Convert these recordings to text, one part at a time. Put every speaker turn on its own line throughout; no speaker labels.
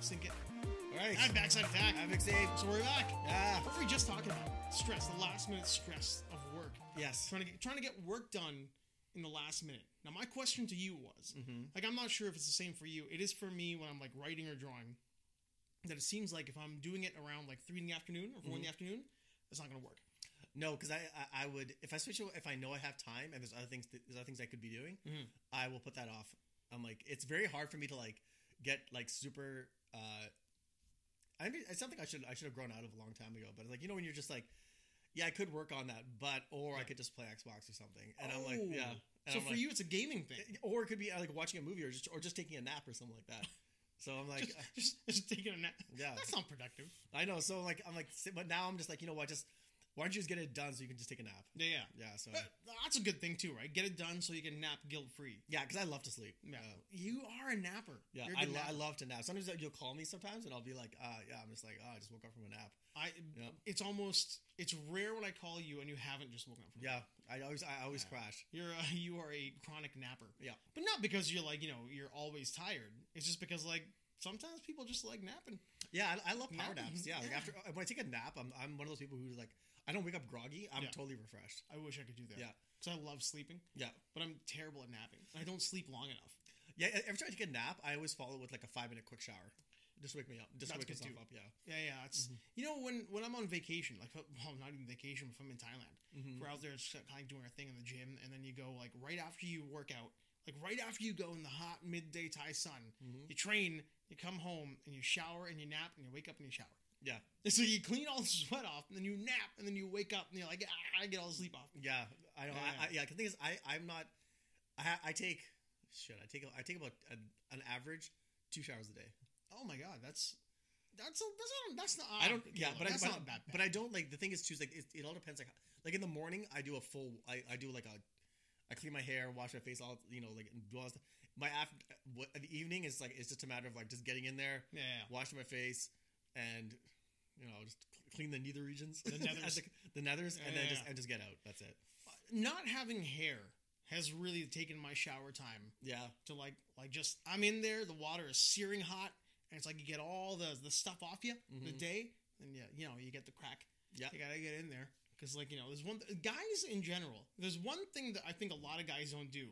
sink it.
All right.
And backside attack.
Havoc save.
So we're back.
Ah.
What were we just talking about? Stress, the last minute stress of work.
Yes.
Trying to get trying to get work done in the last minute. Now my question to you was, like I'm not sure if it's the same for you. It is for me when I'm like writing or drawing. That it seems like if I'm doing it around like three in the afternoon or 4 in the afternoon, it's not gonna work.
No, because I, I I would if I switch it- if I know I have time and there's other things that- there's other things I could be doing,
Mm-hmm.
I will put that off. I'm like it's very hard for me to like get like super. uh I mean, it's something I should I should have grown out of a long time ago. But like you know when you're just like, yeah, I could work on that, but or I could just play Xbox or something. And I'm like,
Oh.
yeah. And
so
I'm
for
like-
you, it's a gaming thing.
or it could be uh, like watching a movie or just or just taking a nap or something like that. So I'm like, uh,
Just, just, just taking a nap.
Yeah.
That's not productive.
I know. So like I'm like, sit- but now I'm just like, you know what? Just why don't you just get it done so you can just take a nap?
Yeah, yeah.
Yeah. So
But Uh, that's a good thing too, right? Get it done so you can nap guilt free.
yeah, because I love to sleep.
Yeah.
Uh,
you are a napper.
Yeah,
You're a
I,
good
lo- I
napper.
love to nap. Sometimes you'll call me sometimes, and I'll be like, uh, "Yeah, I'm just like, oh, I just woke up from a nap."
I
Yeah.
it's almost it's rare when I call you and you haven't just woken up from
Yeah, I always, I always crash.
You're a, you are a chronic napper.
Yeah,
But not because you're like, you know, you're always tired. It's just because like sometimes people just like napping.
yeah, I, I love power
Napping.
naps. Yeah, like
Yeah.
after uh, when I take a nap, I'm, I'm one of those people who's like, I don't wake up groggy. I'm
Yeah.
totally refreshed.
I wish I could do that.
Yeah.
Cuz I love sleeping,
Yeah,
but I'm terrible at napping. I don't sleep long enough.
yeah. e- Every time I take a nap, I always follow with like a five minute quick shower. Just wake me up. Just
That's
wake
good
myself
too.
up. Yeah,
Yeah, yeah. It's
Mm-hmm.
you know when when I'm on vacation, like well, not even vacation, if I'm in Thailand,
Mm-hmm.
we're out there just kind of doing our thing in the gym, and then you go like right after you work out, like right after you go in the hot midday Thai sun,
Mm-hmm.
you train, you come home, and you shower and you nap, and you wake up and you shower.
yeah,
And so you clean all the sweat off, and then you nap, and then you wake up, and you're like, "Ah, I get all the sleep off.
yeah. I know.
Yeah.
I, I, yeah. 'cause The thing is, I, I'm not. I, ha- I take shit. I take, I take about an, an average two showers a day.
Oh my god, that's that's a, that's not that's not
I don't. Yeah, but
that's
I, but,
not that bad.
But I don't like the thing is too. is, Like it, it all depends. Like like in the morning, I do a full. I, I do like a. I clean my hair, wash my face, all you know, like and do all this- my after what the evening is like. It's just a matter of like just getting in there,
Yeah, yeah, yeah.
washing my face, and you know just clean the nether regions, the
nethers.
the nethers, and
Yeah,
then
yeah,
just
yeah.
and just get out. That's it.
not having hair has really taken my shower time
Yeah,
to like like just I'm in there, the water is searing hot, and it's like you get all the the stuff off you the day, and yeah, you know you get the crack.
Mm-hmm. Yeah.
you gotta get in there because like you know there's one guys in general. There's one thing that I think a lot of guys don't do.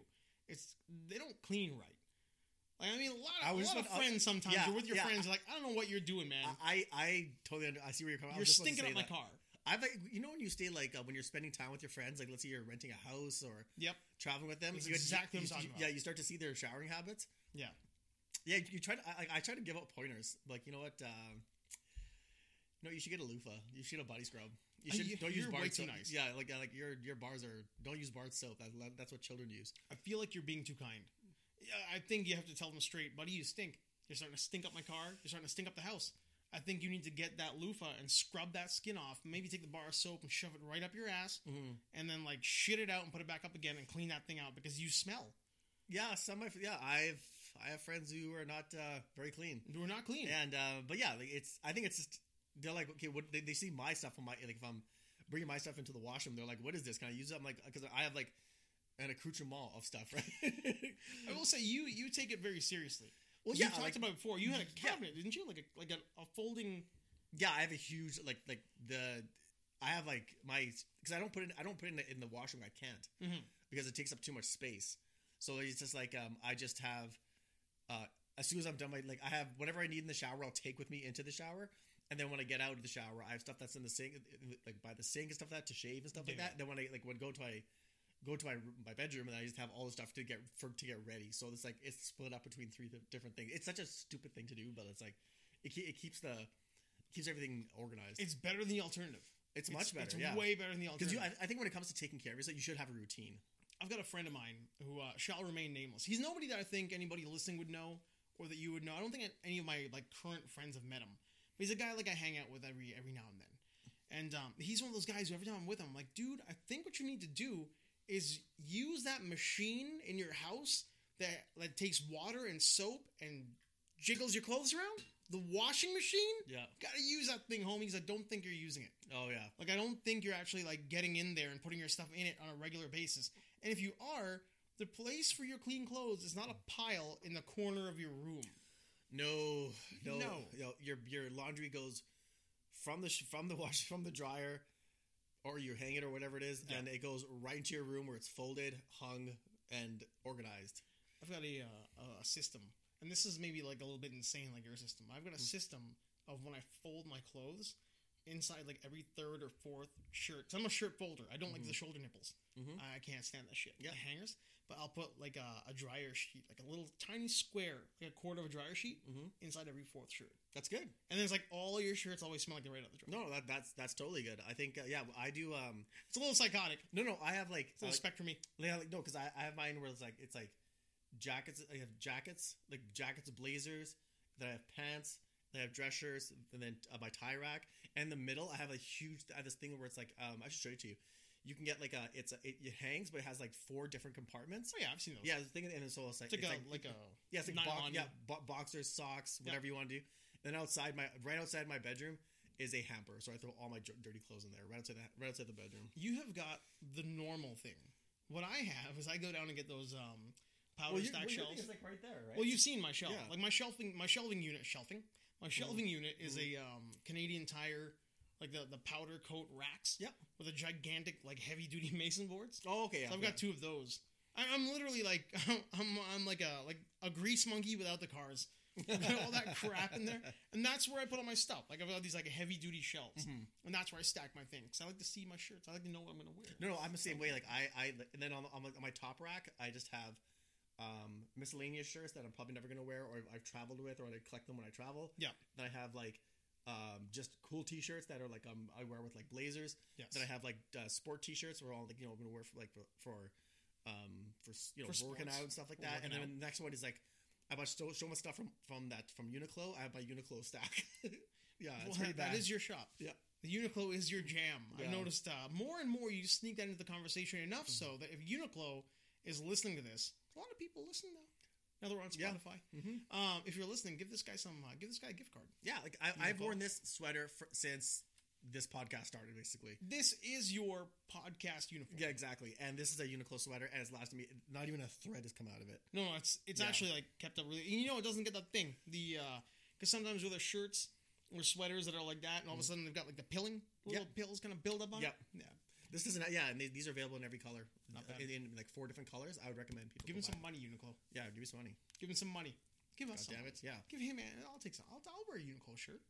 It's they don't clean right. Like I mean, a lot
I
of, a
was
lot of
just about-
friends sometimes
yeah,
you're with your
yeah.
friends. You're like I don't know what you're doing, man.
I I totally under, I see where you're coming. I
you're
was just about to
stinking
say
up my
that.
car.
I've like you know when you stay like uh, when you're spending time with your friends, like let's say you're renting a house or
Yep.
traveling with them.
That's
you-
exactly
you-
what I'm talking
you-
about.
Yeah, you start to see their showering habits.
Yeah.
Yeah, you try to. I, I try to give out pointers. Like you know what? Um, no, you should get a loofah. You should get a body scrub. You
Uh,
should
you-
don't
you're
use bar
way too
soap.
nice.
Yeah, like uh, like your your bars are don't use bar soap. That, that's what children use.
I feel like you're being too kind. Yeah, I think you have to tell them straight, buddy, you stink. You're starting to stink up my car. You're starting to stink up the house. I think you need to get that loofah and scrub that skin off. Maybe take the bar of soap and shove it right up your ass, and then like shit it out and put it back up again and clean that thing out because you smell.
Yeah, some of my- yeah I've I have friends who are not uh, very clean.
We're not clean.
And uh, but yeah, like it's I think it's just they're like okay, what they, they see my stuff on my like if I'm bringing my stuff into the washroom, they're like, what is this? Can I use it? I'm like because I have like an accoutrement of stuff, right?
I will say you you take it very seriously.
Well,
Well,
yeah,
you talked
like-
about it before. You had a cabinet, didn't you? Like a like a, a folding.
Yeah, I have a huge like like the I have like my because I don't put in I don't put in the, in the washroom I can't because it takes up too much space. So it's just like um I just have uh as soon as I'm done my like I have whatever I need in the shower I'll take with me into the shower. And then when I get out of the shower, I have stuff that's in the sink, like by the sink and stuff like that to shave and stuff like
Yeah.
that. Then when I like would go to my go to my room- my bedroom, and I just have all the stuff to get for to get ready. So it's like it's split up between three th- different things. It's such a stupid thing to do, but it's like it, ke- it keeps the keeps everything organized.
It's better than the alternative.
It's much better,
It's
yeah.
way better than the alternative.
Because you, I, I think when it comes to taking care of yourself, you should have a routine.
I've got a friend of mine who uh, shall remain nameless. He's nobody that I think anybody listening would know or that you would know. I don't think any of my like current friends have met him. But he's a guy like I hang out with every every now and then. And um, he's one of those guys who every time I'm with him, I'm like, dude, I think what you need to do is use that machine in your house that that takes water and soap and jiggles your clothes around. The washing machine?
Yeah.
Gotta use that thing, homies. I don't think you're using it.
Oh yeah,
Like I don't think you're actually like getting in there and putting your stuff in it on a regular basis. And if you are, the place for your clean clothes is not a pile in the corner of your room.
No, no,
No.
yo, your your laundry goes from the sh- from the wash from the dryer, or you hang it or whatever it is,
Yeah.
and it goes right into your room where it's folded, hung, and organized.
I've got a, uh, a system, and this is maybe like a little bit insane, like your system. I've got a system of when I fold my clothes inside, like every third or fourth shirt. i I'm a shirt folder. I don't like the shoulder nipples.
Mhm.
I I can't stand that shit.
Yeah.
The hangers. But I'll put like a, a dryer sheet, like a little tiny square, like a quarter of a dryer sheet,
Mhm.
inside every fourth shirt.
That's good.
And then it's like all your shirts always smell like they're right out of the dryer.
No, that that's that's totally good. I think uh, yeah, I do. Um,
It's a little psychotic.
no, no, I have like,
It's a
uh,
little spectrumy.
yeah, like no, because I, I have mine where it's like it's like jackets. I have jackets, like jackets, blazers. Then I have pants. Then I have dress shirts, and then uh, my tie rack. And in the middle, I have a huge. I have this thing where it's like um, I should show it to you. You can get like a it's a, it, it hangs, but it has like four different compartments.
Oh yeah, I've seen those.
Yeah, the thing, and so it's like
It's like
it's
a like a
yeah, it's like
nylon.
bo- yeah, bo- boxers, socks,
Yeah.
whatever you want to do. Then outside my right outside my bedroom is a hamper, so I throw all my j- dirty clothes in there right outside the right outside the bedroom.
You have got the normal thing. What I have is I go down and get those um powder
you-
stack
well, your thing
shelves.
is, like right there, right?
well, you've seen my shelf.
Yeah. Mm-hmm.
Like my shelving, my shelving unit, shelving. My shelving unit is a um, Canadian Tire, like the the powder coat racks.
Yeah.
With a gigantic like heavy duty mason boards.
oh okay, yeah,
So I've
yeah.
got two of those. I, I'm literally like I'm I'm like a like a grease monkey without the cars. all that crap in there, and that's where I put all my stuff. Like I've got these like heavy duty shelves,
Hmm.
and that's where I stack my things. I like to see my shirts. I like to know what I'm gonna wear.
Mm-hmm. No, no, I'm the same way. Like I, I, and then on, on, my, on my top rack, I just have um, miscellaneous shirts that I'm probably never gonna wear, or I've traveled with, or I collect them when I travel.
Yeah.
Then I have like um, just cool T-shirts that are like um, I wear with like blazers.
Yes.
Then I have like uh, sport T-shirts where all like you know I'm gonna wear for like for, for um for s- you know
For
working
sports.
out and stuff like
For
that.
working
And then
out.
the next one is like I bought so, so much stuff from from that from Uniqlo. I have my Uniqlo stack. yeah, it's
Well,
pretty bad.
That is your shop.
Yeah.
The Uniqlo is your jam.
Yeah. Mm-hmm.
I've noticed uh, more and more you sneak that into the conversation enough so that if Uniqlo is listening to this, a lot of people listen now. Now they're on
Yeah.
Spotify.
Mhm.
Um, if you're listening, give this guy some. Uh, give this guy a gift card.
Yeah, like I, I've
Uniqlo.
worn this sweater for, since this podcast started, basically.
This is your podcast uniform.
Yeah, exactly. And this is a Uniqlo sweater, and it's lasted me. Not even a thread has come out of it.
No, no, it's it's
Yeah.
actually like kept up really. and You know, it doesn't get that thing. The because sometimes with the shirts or sweaters that are like that, and all of a sudden they've got like the pilling
Yep.
little pills kind of build up on.
Mm-hmm. Yep.
It. Yeah.
This isn't. Yeah, and they, these are available in every color,
Not bad.
in, in like four different colors. I would recommend people
Give
go
him
buy
some money,
it.
Uniqlo.
Yeah, give me some money.
Give him some money. Give
God
us some.
damn it. Yeah.
Give him, man. I'll take some. I'll, I'll wear a Uniqlo shirt.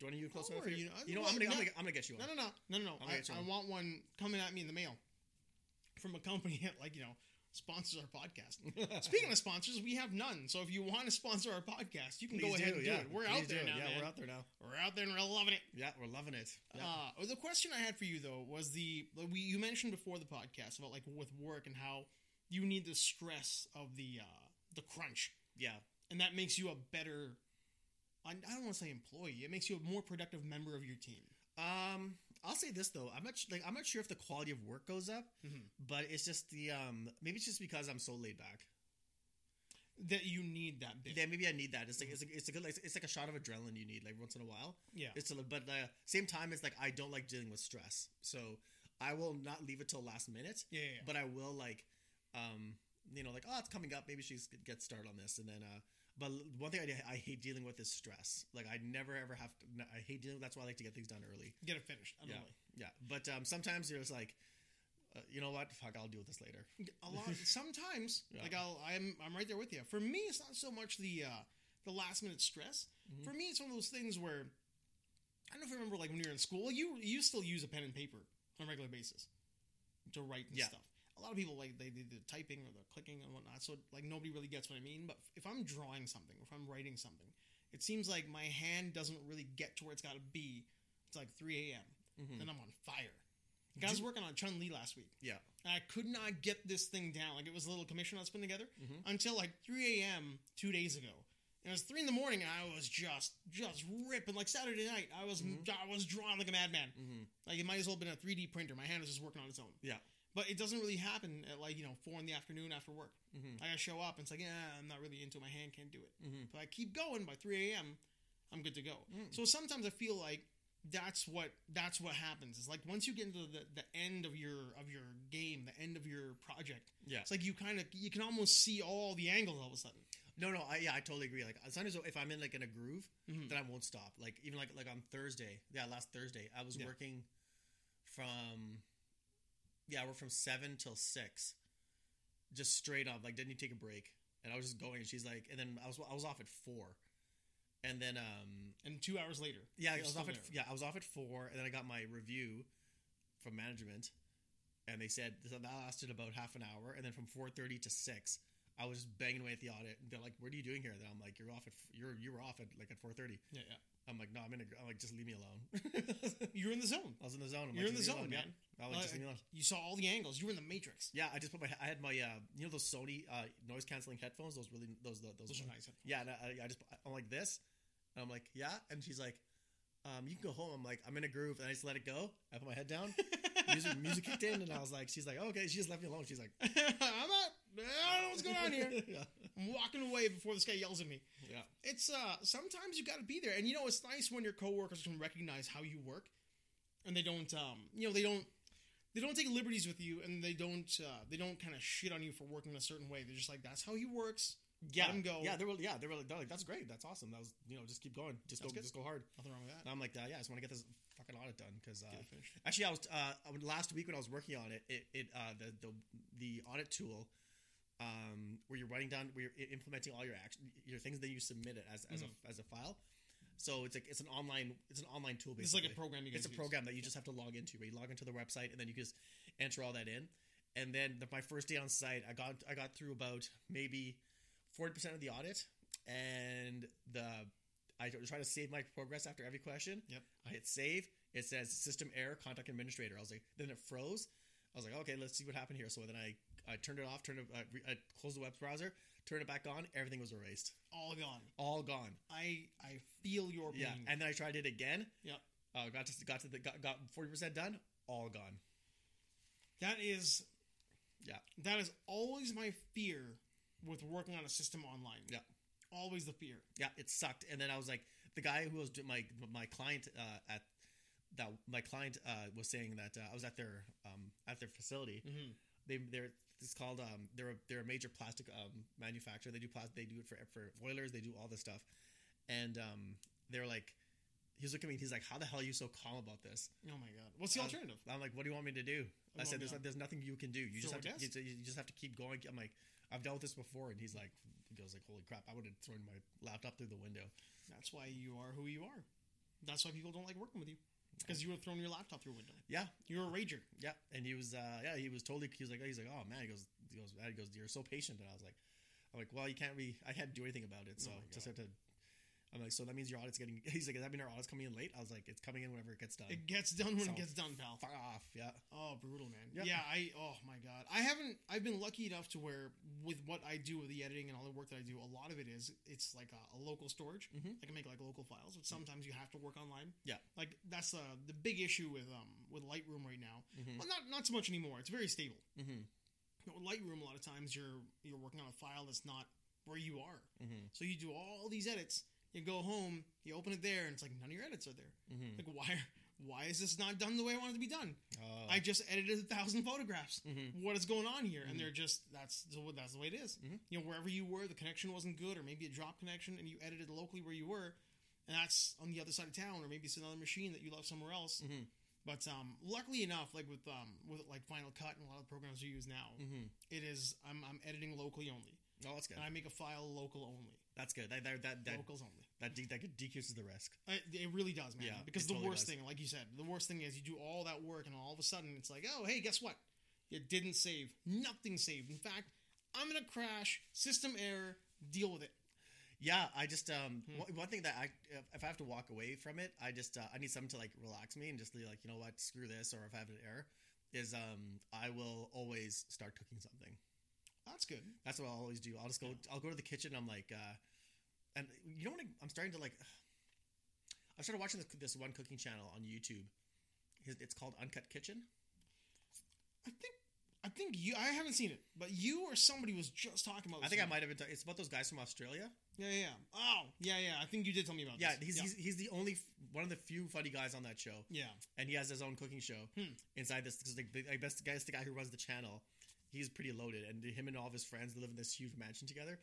Do you want a Uniqlo
I'll
sweater?
wear
for
a
You,
Uni-
you know,
Well,
I'm gonna, I'm
no.
gonna, I'm gonna get you one.
No, no, no, no, no, no.
I'll
I,
get you
I
one.
want one coming at me in the mail from a company that, like you know, sponsors our podcast. Speaking of sponsors, we have none. So if you want to sponsor our podcast, you can go
Please
ahead and do
yeah.
it. We're
Please
out there
do.
now,
Yeah,
man.
we're out there now.
We're out there and we're loving it.
Yeah, we're loving it. Yeah.
Uh, the question I had for you though was the we you mentioned before the podcast about like with work and how you need the stress of the uh, the crunch,
yeah.
and that makes you a better. I I don't want to say employee. It makes you a more productive member of your team.
Um, I'll say this though. I'm not su- like I'm not sure if the quality of work goes up,
Mhm.
but it's just the um. Maybe it's just because I'm so laid back.
That you need that bit.
Yeah, maybe I need that. It's like it's, like, it's a good like it's like a shot of adrenaline you need like once in a while.
Mm-hmm. yeah.
It's a, but uh, same time it's like I don't like dealing with stress, so I will not leave it till last minute.
Yeah, yeah, yeah.
But I will like, um, you know, like oh it's coming up, maybe she's get started on this, and then uh. But one thing I, do- I hate dealing with is stress. Like I never ever have to. I hate dealing. That's why I like to get things done early.
get it finished. I don't know.
Yeah, but um, sometimes you're just like, uh, you know what? Fuck, I'll deal with this later.
A lot. Sometimes,
Yeah.
like I'll, I'm, I'm right there with you. For me, it's not so much the uh, the last minute stress.
Mhm.
For me, it's one of those things where I don't know if you remember, like when you were in school, you you still use a pen and paper on a regular basis to write and
Yeah.
stuff. A lot of people like they do the typing or the clicking and whatnot, so like nobody really gets what I mean. But if I'm drawing something, if I'm writing something, it seems like my hand doesn't really get to where it's got to be. It's like 3 a.m.
Mhm.
Then I'm on fire. Like, I was working on Chun Li last week.
Yeah.
And I could not get this thing down. Like it was a little commission I was putting together
Mhm.
until like 3 a.m. two days ago. And it was three in the morning, and I was just just ripping. Like Saturday night, I was
Mhm.
I was drawing like a madman.
Mm-hmm.
Like it might as well have been a 3D printer. My hand was just working on its own.
Yeah.
But it doesn't really happen at like you know four in the afternoon after work.
Mm-hmm.
Like I show up and it's like yeah, I'm not really into it. My hand can't do it.
Mm-hmm.
But I keep going by 3 a.m. I'm good to go.
Mm.
So sometimes I feel like that's what that's what happens. It's like once you get into the, the end of your of your game, the end of your project,
Yeah.
it's like you kind of you can almost see all the angles all of a sudden.
No, no, I, yeah, I totally agree. Like sometimes if I'm in like in a groove,
Mhm.
then I won't stop. Like even like like on Thursday, yeah, last Thursday, I was
Yeah.
working from yeah, we're from seven till six, just straight up. Like didn't you take a break? And I was just going. And she's like, and then I was I was off at four, and then um
And two hours later,
yeah, I
You're
was
still
off at
there.
yeah I was off at four, and then I got my review from management, and they said so that lasted about half an hour, and then from four thirty to six, I was just banging away at the audit. And they're like, "What are you doing here?" Then I'm like, "You're off at f- you're you were off at like at four thirty.
yeah, yeah,
I'm like, "No, I'm in. A, gr- I'm like, just leave me alone."
you're in the zone.
I was in the zone. I'm
You're
like,
in the
"Just leave
zone,
me alone,
man.
I'm like,
Uh,
just leave me alone.
You saw all the angles. You were in the matrix.
Yeah, I just put my I had my uh you know those Sony uh noise canceling headphones. Those really those those,
Those are nice.
yeah, and I, I just I'm like this, and I'm like yeah, and she's like, um, you can go home. I'm like I'm in a groove, and I just let it go. I put my head down, music music kicked in, and I was like, she's like oh, okay, she just left me alone. She's like,
I'm not. I don't know what's going on here.
yeah,
I'm walking away before this guy yells at me.
yeah,
It's uh sometimes you got to be there, and you know it's nice when your coworkers can recognize how you work, and they don't um you know they don't they don't take liberties with you, and they don't uh, they don't kind of shit on you for working a certain way. They're just like that's how he works.
yeah.
him go.
Yeah, they were yeah they were like, they're like that's great, that's awesome. That was you know just keep going, just
That's
go
good.
just go hard.
Nothing wrong with that.
And I'm like uh, yeah, I just want to get this fucking audit done because uh,
Get it finished.
Actually, I was uh, I would- last week when I was working on it. It, it uh, the, the the audit tool um, where you're writing down where you're i- implementing all your action your things then you submit it as, as
Hmm.
a as a file. So it's like it's an online it's an online tool. Basically.
It's like a program you guys.
It's a
use.
program that you just have to log into. Where you log into the website and then you just enter all that in. And then the, my first day on site, I got I got through about maybe forty percent of the audit, and the I try to save my progress after every question.
Yep.
I hit save. It says system error, contact administrator. I was like, then it froze. I was like, okay, let's see what happened here. So then I I turned it off, turned it, I, re, I closed the web browser, turned it back on. Everything was erased,
All gone.
all gone.
I I feel your pain.
Yeah, and then I tried it again.
Yep.
Uh, got to got to the got got forty percent done. All gone.
That is,
Yeah.
that is always my fear with working on a system online.
Yeah.
always the fear.
Yeah, it sucked. And then I was like, the guy who was do- my my client uh, at that my client uh, was saying that uh, I was at their um, at their facility.
Mm-hmm.
They they're it's called um, they're a, they're a major plastic um, manufacturer. They do plastic. They do it for for boilers. They do all this stuff. And um, they're like, he was looking at me. He's like, how the hell are you so calm about this?
Oh my god, what's the
Uh,
alternative?
I'm like, what do you want me to do? I
Well,
said, there's,
yeah.
not, there's nothing you can do. You
Throw
just have to
a
you,
desk?
you just have to keep going. I'm like, I've dealt with this before. And he's like, he goes like, holy crap! I would have thrown my laptop through the window.
That's why you are who you are. That's why people don't like working with you because you were thrown your laptop through a window.
Yeah,
You're a rager.
Yeah, and he was, uh, yeah, he was totally. He was like, he's like, oh man, he goes, he goes, he goes, you're so patient, and I was like, I'm like, well, you can't be, I can't do anything about it, so
Oh my
just have to. I'm like, so that means your audit's getting. He's like, does that mean our audit's coming in late? I was like, it's coming in whenever it gets done.
It gets done when
So-
it gets done, pal.
Fuck off, yeah,
Oh, brutal, man.
Yeah.
Yeah, I. Oh my god, I haven't. I've been lucky enough to where with what I do with the editing and all the work that I do, a lot of it is it's like a, a local storage.
Mhm.
I can make like local files, but sometimes you have to work online.
Mm-hmm. Yeah.
like that's the the big issue with um with Lightroom right now.
Mhm.
Well, not not so much anymore. It's very stable.
mm-hmm.
You know, with Lightroom, a lot of times you're you're working on a file that's not where you are.
Mm-hmm.
So you do all these edits, you go home, you open it there, and it's like none of your edits are there.
Mm-hmm.
Like why why is this not done the way I want it to be done?
Oh,
I just edited a thousand photographs.
Mhm.
What is going on here?
Mhm.
And they're just that's the way- that's the way it is.
Mhm.
You know, wherever you were, the connection wasn't good, or maybe a drop connection, and you edited locally where you were, and that's on the other side of town, or maybe it's another machine that you left somewhere else.
Mhm.
But um, luckily enough, like with um, with like Final Cut and a lot of the programs we use now,
mm-hmm.
it is I'm, I'm editing locally only,
oh, that's good.
and I make a file local only,
That's good. That that that that,
locals only.
that, de- that decreases the risk.
I, Uh, it really does, man.
Yeah,
because
it
the
totally
worst
does.
thing, like you said, the worst thing is you do all that work and all of a sudden it's like, oh, hey, guess what? It didn't save. Nothing saved. In fact, I'm gonna crash. System error. Deal with it.
Yeah, I just um
Hmm.
one, one thing that I if, if I have to walk away from it, I just uh, I need something to like relax me and just be like you know what screw this or if I have an error, is um I will always start cooking something.
That's good.
That's what I'll always do. I'll just go I'll go to the kitchen. I'm like uh, and you know what I- I'm starting to like. I started watching this, this one cooking channel on YouTube. His- It's called Uncut Kitchen.
I think. I think you. I haven't seen it, but you or somebody was just talking about.
I
this
think I
movie.
might have been. T- it's about those guys from Australia.
Yeah, yeah. yeah. Oh, yeah, yeah. I think you did tell me about.
Yeah,
this. Oh,
he's,
yeah.
he's he's the only f- one of the few funny guys on that show.
yeah.
and he has his own cooking show
Hmm.
inside this. Cause like, the, I guess the guy's the guy who runs the channel. He's pretty loaded, and him and all of his friends live in this huge mansion together.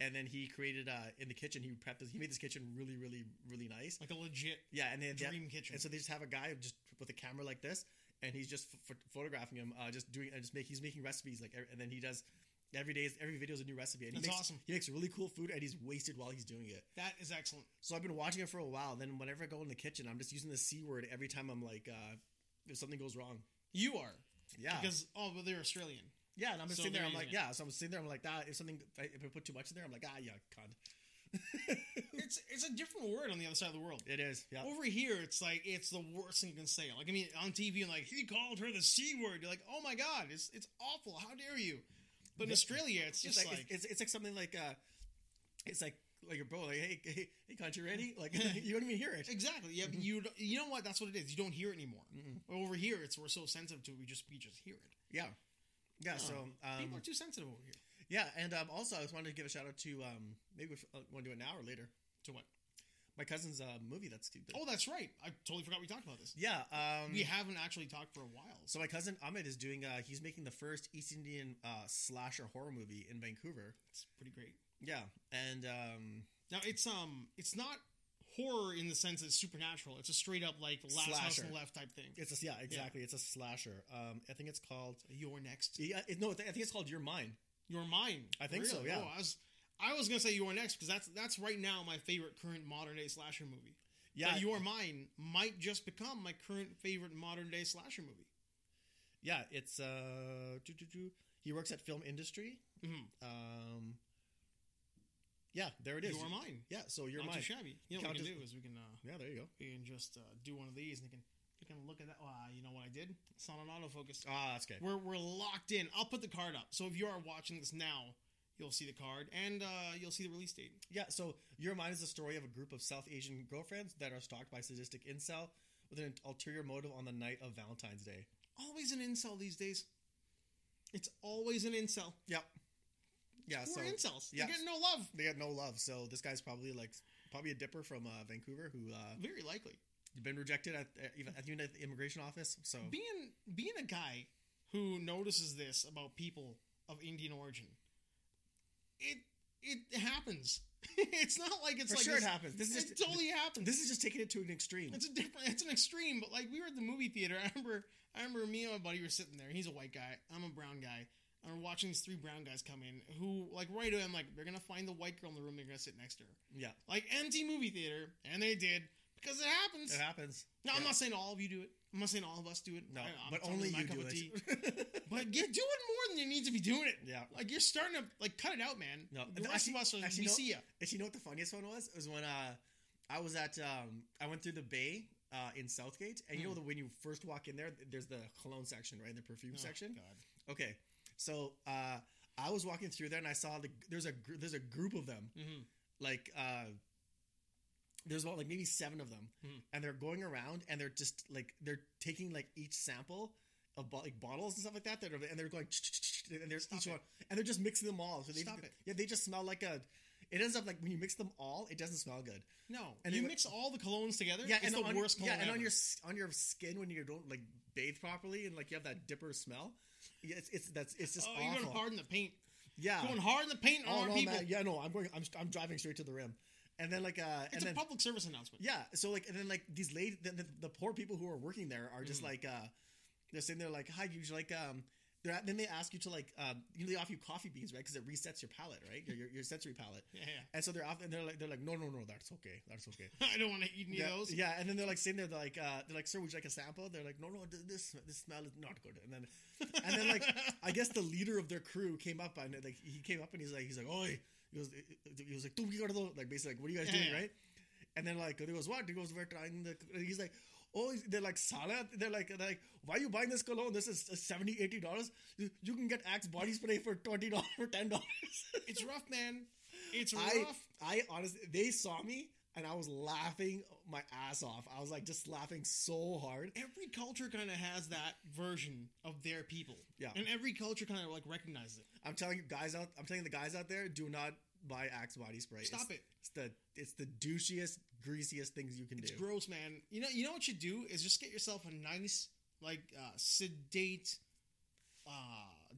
and then he created uh, in the kitchen. He prepped. This, he made this kitchen really, really, really nice.
Like a legit
Yeah, and then they-
dream kitchen.
and so they just have a guy just with a camera like this, and he's just ph- ph- photographing him, uh, just doing and just make he's making recipes like, every- and then he does every day every video is a new recipe. And he
That's
makes,
awesome.
He makes really cool food, and he's wasted while he's doing it.
that is excellent.
So I've been watching it for a while. Then whenever I go in the kitchen, I'm just using the c word every time I'm like, uh, if something goes wrong.
You are
Yeah,
because oh, well, they're Australian.
yeah. And I'm just
so
sitting there.
they're
I'm like,
using
yeah. So I'm sitting there. I'm like, ah, if something if I, if I put too much in there, I'm like, ah, yeah, cunt.
It's it's a different word on the other side of the world.
it is. Yeah.
Over here, it's like it's the worst thing you can say. Like I mean, on TV, and like he called her the c word. You're like, oh my god, it's it's awful. How dare you? But in
Yeah.
Australia, it's
It's
just
like,
like,
it's, it's, it's like something like uh, it's like like your bro like hey hey hey cunt you ready like you don't even hear it
exactly. Yeah,
Mm-hmm.
but you don't- you know what? That's what it is. You don't hear it anymore.
Mm-mm.
Over here, it's we're so sensitive to it. We just we just hear it.
yeah yeah
No.
so
People
um,
are too sensitive over here.
yeah and um, also I just wanted to give a shout out to um maybe if, uh, want to do it now or later
To what?
my cousin's uh, movie that's
Oh, that's right. I totally forgot we talked about this.
yeah um
we haven't actually talked for a while.
so my cousin Ahmed is doing uh he's making the first East Indian uh slasher horror movie in Vancouver
It's pretty great.
yeah and um
Now it's um it's not horror in the sense it's supernatural. It's a straight up like last house on
Slasher.
the left type thing.
it's a, yeah exactly it's a slasher um I think it's called
You're next.
yeah it, no I think it's called Your Mind
You're mine.
I think so, yeah.
Oh, I was I was gonna say you're next because that's that's right now my favorite current modern day slasher movie.
yeah
but you're mine might just become my current favorite modern day slasher movie.
Yeah, it's uh, doo, doo, doo. he works at film industry.
Mhm.
Um, yeah, there it is.
You're mine.
Yeah, so you're
Not
mine.
too shabby. You know what
Count
we
as-
can do is we can uh,
Yeah, there you go.
we can just uh, do one of these and you can you can look at that. Ah, you know what I did? It's not an autofocus.
Ah, that's good.
We're, we're locked in. I'll put the card up. So if you are watching this now, you'll see the card and uh, you'll see the release date.
Yeah, so your mind is the story of a group of South Asian girlfriends that are stalked by sadistic incel with an ulterior motive on the night of Valentine's Day.
Always an incel these days. It's always an incel.
Yep. Yeah,
Poor
so
incels.
yeah.
They're getting no love.
they got no love. So this guy's probably like probably a dipper from uh, Vancouver who uh,
Very likely.
been rejected at at even at even at the immigration office. So
Being being a guy who notices this about people of Indian origin, it it happens. it's not like it's
for
like
sure it
this-
happens. This is
it
just
totally happens.
this is just taking it to an extreme.
It's a different. It's an extreme, but like we were at the movie theater. I remember. I remember me and my buddy were sitting there. He's a white guy. I'm a brown guy. And we're watching these three brown guys come in. Who like right away? I'm like, they're gonna find the white girl in the room. They're gonna sit next to her.
Yeah,
Like empty movie theater, and they did because it happens.
it happens.
Now I'm
yeah.
not saying all of you do it. I'm not saying all of us do it.
No,
I- I'm
but
totally
only
my
you
cup
do
of tea.
it.
But you're doing more than you need to be doing it.
yeah.
Like you're starting to like cut it out, man.
No,
the rest
actually-
of us, are,
actually,
we
no.
see ya.
And you know what the funniest one was? It was when uh, I was at um, I went through the bay uh, in Southgate, and
Hmm.
you know the, when you first walk in there, th- there's the cologne section, right? The perfume
Oh,
section.
God.
Okay, so uh, I was walking through there, and I saw the there's a gr- there's a group of them,
Mhm.
like uh, there's about like maybe seven of them,
Mhm.
and they're going around, and they're just like they're taking like each sample. Of bo- like bottles and stuff like that, that are, and they're going, and there's
Stop
each
it.
one, and they're just mixing them all. So they,
Stop it.
yeah, they just smell like a. It ends up like when you mix them all, it doesn't smell good.
No,
And
you
they-
mix all the colognes together.
Yeah,
it's
and
the
on,
worst cologne.
yeah, and
ever.
on your s- on your skin when you don't like bathe properly, and like you have that dipper smell. Yeah, it's it's that's it's just
oh,
awful.
you're going hard in the paint.
yeah,
Going hard in the paint on
Oh,
our
no,
people.
man. Yeah, no, I'm going. I'm, I'm driving straight to the rim, and then like uh,
It's
and
a
then
public service announcement.
yeah, so like and then like these lady, the, the, the poor people who are working there are just
Mhm.
like uh, they're sitting there like hi, you should, like um. They're at, then they ask you to like um, you know they offer you coffee beans right because it resets your palate right your, your, your sensory palate
Yeah, yeah.
and so they're off and they're like they're like no no no that's okay that's okay
I don't want to eat any of
yeah,
those.
yeah and then they're like sitting there they're like uh, they're like sir would you like a sample they're like no no th- this this smell is not good and then and then like I guess the leader of their crew came up and like he came up and he's like he's like oi he was he was like "Tu Ricardo," like basically like what are you guys
Yeah,
doing
yeah.
right and then like he goes what he goes we're trying the and he's like oh is- they're like salad they're like they're like why are you buying this cologne this is 70 80 dollars you, you can get Axe body spray for 20 dollars for 10 dollars
it's rough, man. It's rough.
I I honestly they saw me and I was laughing my ass off I was like just laughing so hard
every culture kind of has that version of their people.
Yeah.
and every culture kind of like recognizes it.
I'm telling you guys out I'm telling the guys out there do not buy Axe body spray It's-
Stop it.
It's the it's the douchiest, greasiest things you can
It's
do.
gross, man. You know, you know what you do is just get yourself a nice, like, uh, sedate uh,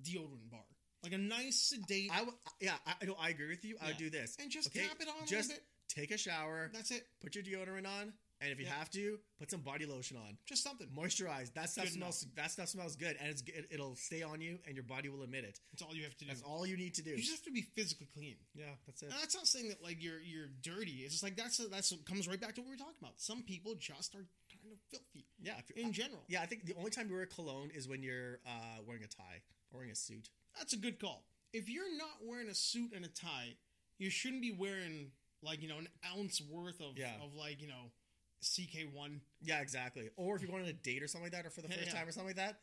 deodorant bar. like a nice sedate
I w- yeah, I, I know. I agree with you. I would
Yeah.
do this.
and just
okay,
tap it on
just-
a little
Take a shower.
bit. That's it.
Put your deodorant on, and if you
Yeah.
have to, put some body lotion on.
Just something.
Moisturize. That stuff
Good enough.
smells. That stuff smells good, and it's it, it'll stay on you, and your body will admit it.
That's all you have to do.
That's all you need to do.
You just Uh, have to be physically clean.
yeah, that's it.
And that's not saying that like you're you're dirty. It's just like that's that's what comes right back to what we were talking about. Some people just are kind of filthy
Yeah, if you-
in general.
yeah. I think the only time you wear a cologne is when you're uh, wearing a tie or wearing a suit.
That's a good call. If you're not wearing a suit and a tie, you shouldn't be wearing like you know an ounce worth of
Yeah.
of like you know CK one.
Yeah, exactly. Or if you're going on a date or something like that, or for the
Yeah,
first
yeah.
time or something like that,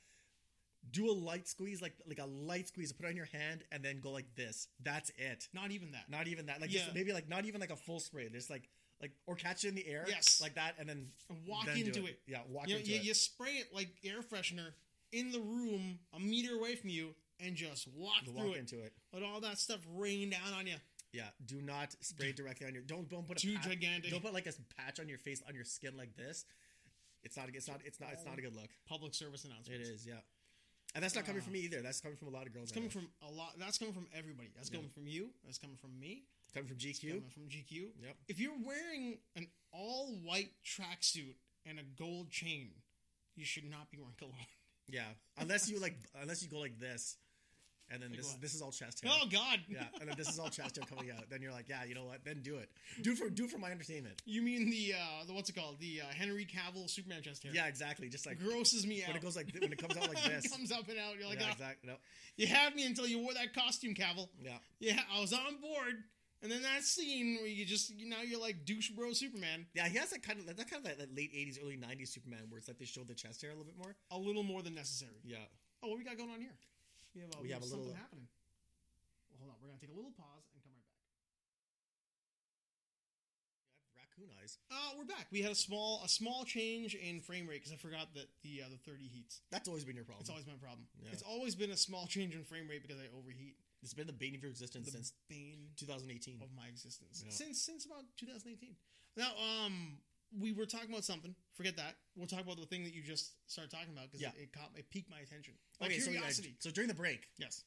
do a light squeeze, like like a light squeeze. Put it on your hand and then go like this. That's it.
Not even that.
Not even that. Like
Yeah.
just maybe like not even like a full spray. Just like like or catch it in the air.
Yes.
like that, and then
And walk
then do
into it.
Yeah, walk
You,
into
you,
it.
you spray it like air freshener in the room a meter away from you and just walk
You
through
walk
it.
into it.
Let all that stuff rain down on you.
Yeah. Do not spray directly on your. Don't don't put a
Too
pat-
gigantic.
Don't put like a patch on your face on your skin like this. It's not. It's not. It's not. It's not a good look.
Public service announcement.
It is. Yeah. And that's not coming
Ah.
from me either. That's coming from a lot of girls.
It's
I
coming
know.
from a lot. That's coming from everybody. That's
Yeah.
coming from you. That's coming from me.
coming from GQ.
Coming from GQ.
Yep.
If you're wearing an all white tracksuit and a gold chain, you should not be wearing cologne.
Yeah, unless you like, unless you go like this, and then
Like
this is
what?
this is all chest hair.
Oh God.
Yeah, and then this is all chest hair coming out. Then you're like, yeah, you know what? Then do it. Do it for do it for my entertainment.
You mean the uh, the what's it called? The uh, Henry Cavill Superman chest hair.
Yeah, exactly. Just like
Grosses me out.
when it goes like thi- when it comes out like
It
this.
comes up and out. You're like,
yeah,
"Ah,
exactly. No,
you had me until you wore that costume, Cavill.
yeah,
Yeah, I was on board. And then that scene where you just you, now you're like douche bro Superman.
yeah. He has that kind of that kind of like, that late '80s, early '90s Superman where it's like they show the chest hair a little bit more.
A little more than necessary.
Yeah,
Oh, what we got going on here? We have, uh,
We have a
something
little-
happening. Well, hold on, we're gonna take a little pause and come right back.
raccoon eyes.
Uh, we're back. We had a small a small change in frame rate because I forgot that the uh, the thirty heats.
That's always been your problem.
It's always been a problem.
Um, Yeah.
It's always been a small change in frame rate because I overheat.
it's been the bane of your existence
The
since
bane
2018.
of my existence
Yeah.
since since about 2018. Now, um, we were talking about something. Forget that. We'll talk about the thing that you just started talking about because
Yeah.
it, it caught it piqued my attention. Oh,
Okay, so, yeah,
curiosity.
so during the break,
yes.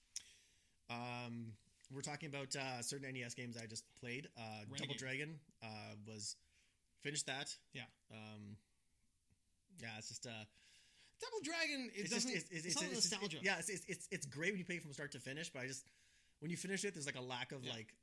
Um, we're talking about uh, certain NES games I just played. Uh, Double
Renegade.
Dragon uh, was finished that.
Yeah.
Um, yeah, it's just uh,
Double Dragon. It
it's just
doesn't.
it's, it's,
it's, not
it's-
nostalgia.
yeah, it's, it's it's it's great when you play it from start to finish, but I just when you finish it, there's like a lack of
Yeah.
like,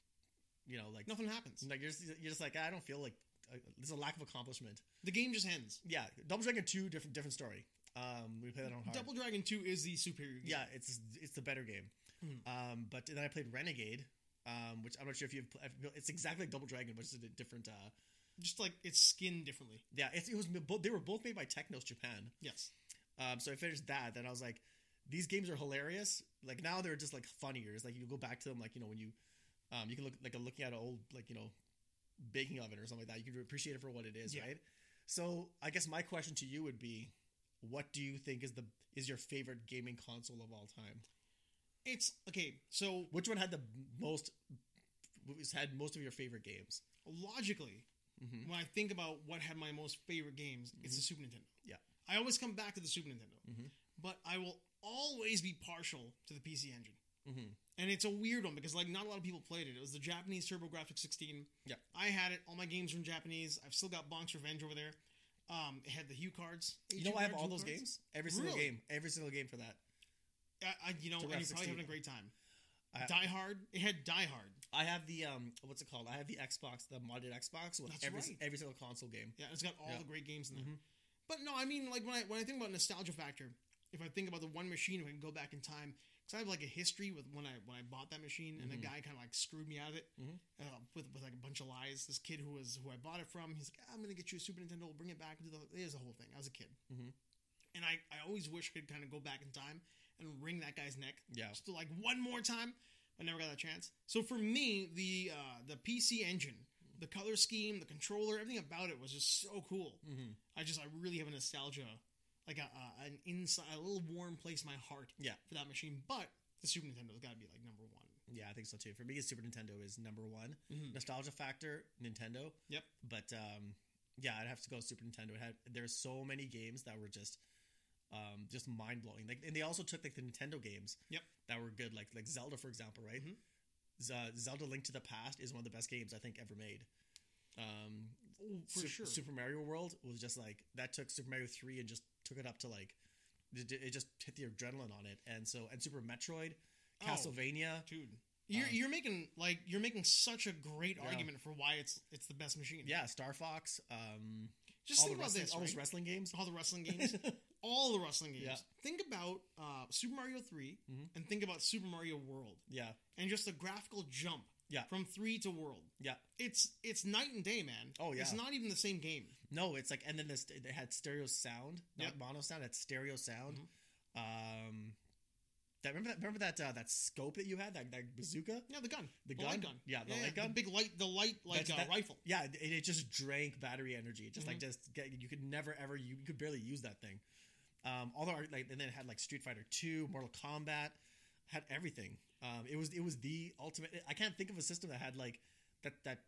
you know, like
Nothing happens.
like you're just, you're just like I don't feel like uh, there's a lack of accomplishment.
The game just ends.
Yeah, Double Dragon two different different story. Um, we played that on hard.
Double Dragon Two is the superior game.
Yeah, it's it's the better game.
Mhm.
Um, but then I played Renegade, um, which I'm not sure if you've. pl- if- It's exactly like Double Dragon, but it's a different. Uh,
just like it's skinned differently.
yeah, it, it was. bo- They were both made by Technos Japan.
Yes,
Um, so I finished that. Then I was like, these games are hilarious. Like now they're just like funnier. It's like you go back to them, like you know when you, um, you can look like a looking at an old like you know, baking oven or something like that. You can appreciate it for what it is,
Yeah.
right? So I guess my question to you would be, what do you think is the is your favorite gaming console of all time?
it's okay. So
Which one had the most? was- Had most of your favorite games?
logically,
Mm-hmm.
when I think about what had my most favorite games, it's the Super Nintendo.
Yeah.
I always come back to the Super Nintendo,
Mhm.
but I will always be partial to the PC Engine.
Mm-hmm.
And it's a weird one because like not a lot of people played it. It was the Japanese TurboGrafx 16.
Yeah.
I had it. All my games were in Japanese. I've still got Bonk's Revenge over there. Um, it had the Hue cards.
You know, I have
Hue
all those
cards?
games. Every single
Really?
game. Every single game for that.
I, I, you know, and you're
TurboGrafx
probably
16.
having a great time.
I-
Die Hard. It had Die Hard.
I have the um, what's it called? I have the Xbox, the modded Xbox with
That's
every
right.
every single console game.
Yeah, it's got all
Yeah.
the great games in there.
Mhm.
But no, I mean, like when I when I think about nostalgia factor, if I think about the one machine, if I can go back in time, because I have like a history with when I when I bought that machine, and the
Mhm.
guy kind of like screwed me out of it
Mhm.
uh, with with like a bunch of lies. This kid who was who I bought it from, he's like, "Ah, I'm gonna get you a Super Nintendo, we'll bring it back. and do the- There's a whole thing. I was a kid,
Mhm.
and I I always wish I could kind of go back in time and wring that guy's neck
Yeah,
just like one more time. I never got that chance. So for me, the uh, the PC engine, the color scheme, the controller, everything about it was just so cool.
mm-hmm.
I just I really have a nostalgia, like a, a an inside a little warm place in my heart.
Yeah.
For that machine, but the Super Nintendo's got to be like number one.
yeah, I think so too. For me, Super Nintendo is number one.
Mhm.
Nostalgia factor, Nintendo.
Yep.
But um, yeah, I'd have to go Super Nintendo. It had there's so many games that were just um, just mind blowing. Like, and they also took like the Nintendo games.
Yep.
That were good, like like Zelda, for example, right?
Mhm.
Z- uh, Zelda: Link to the Past is one of the best games I think ever made. Um,
Oh, for
Sup-
sure.
Super Mario World was just like that took Super Mario Three and just took it up to like it it just hit the adrenaline on it, and so and Super Metroid,
Oh.
Castlevania.
dude. You're,
Um,
you're making like you're making such a great
Yeah.
argument for why it's it's the best machine.
Yeah, Star Fox. Um,
Just
all
think
the
about
wrestling,
this.
all
right?
those wrestling games.
all the wrestling games, all the wrestling games.
Yeah.
Think about uh, Super Mario 3
Mhm.
and think about Super Mario World
yeah,
and just the graphical jump
Yeah.
from three to world.
yeah.
It's it's night and day, man.
Oh, yeah.
it's not even the same game.
No, it's like and then this it had stereo sound, not
Yep.
mono sound. Had stereo sound. Um, that remember that remember that uh, that scope that you had that that bazooka.
Yeah, the gun,
The
light
gun?
gun,
Yeah, the light gun.
the big light, the light like
That's-
uh,
that-
rifle.
Yeah, it, it just drank battery energy. It just like just get, you could never ever you, you could barely use that thing. Um, although like and then it had like Street Fighter Two, Mortal Kombat, had everything. Um, it was it was the ultimate. I can't think of a system that had like that that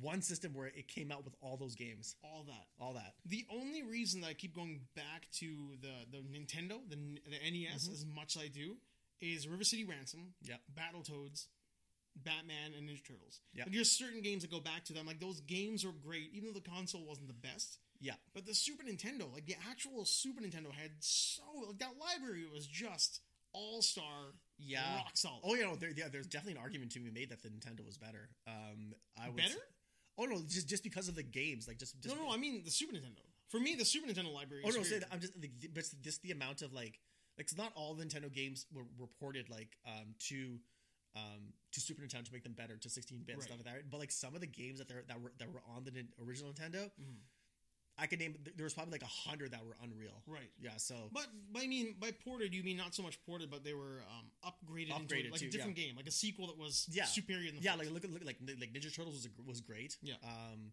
one system where it came out with all those games,
All that.
all that.
The only reason that I keep going back to the the Nintendo, the N- the NES, as much as I do, is River City Ransom,
Mm-hmm. Yep.
Battletoads, Batman, and Ninja Turtles.
Yeah.
Like, there's certain games that go back to them. Like those games are great, even though the console wasn't the best.
Yeah,
But the Super Nintendo, like the actual Super Nintendo, had so like that library was just all star,
yeah.
rock solid.
Oh, you know, there, yeah. There's definitely an argument to be made that the Nintendo was better. Um, I would
Better?
Oh no, just just because of the games, like just, just
no, no, I mean the Super Nintendo. For me, the Super Nintendo library.
Oh
Is
no, so
superior.
I'm just like, th- but it's just the amount of like like it's not all Nintendo games were reported like um to um to Super Nintendo to make them better to 16 bit and
Right.
stuff like that. But like some of the games that they that were that were on the nin- original Nintendo,
Mhm.
I could name there was probably like a hundred that were unreal.
right.
Yeah, so
But, but I mean, by ported, you mean not so much ported, but they were um, upgraded, into
Upgraded
like
to,
a different game, like a sequel that was
Yeah.
superior than the
yeah,
first.
like look at look, like like Ninja Turtles was a- was great.
Yeah.
Um,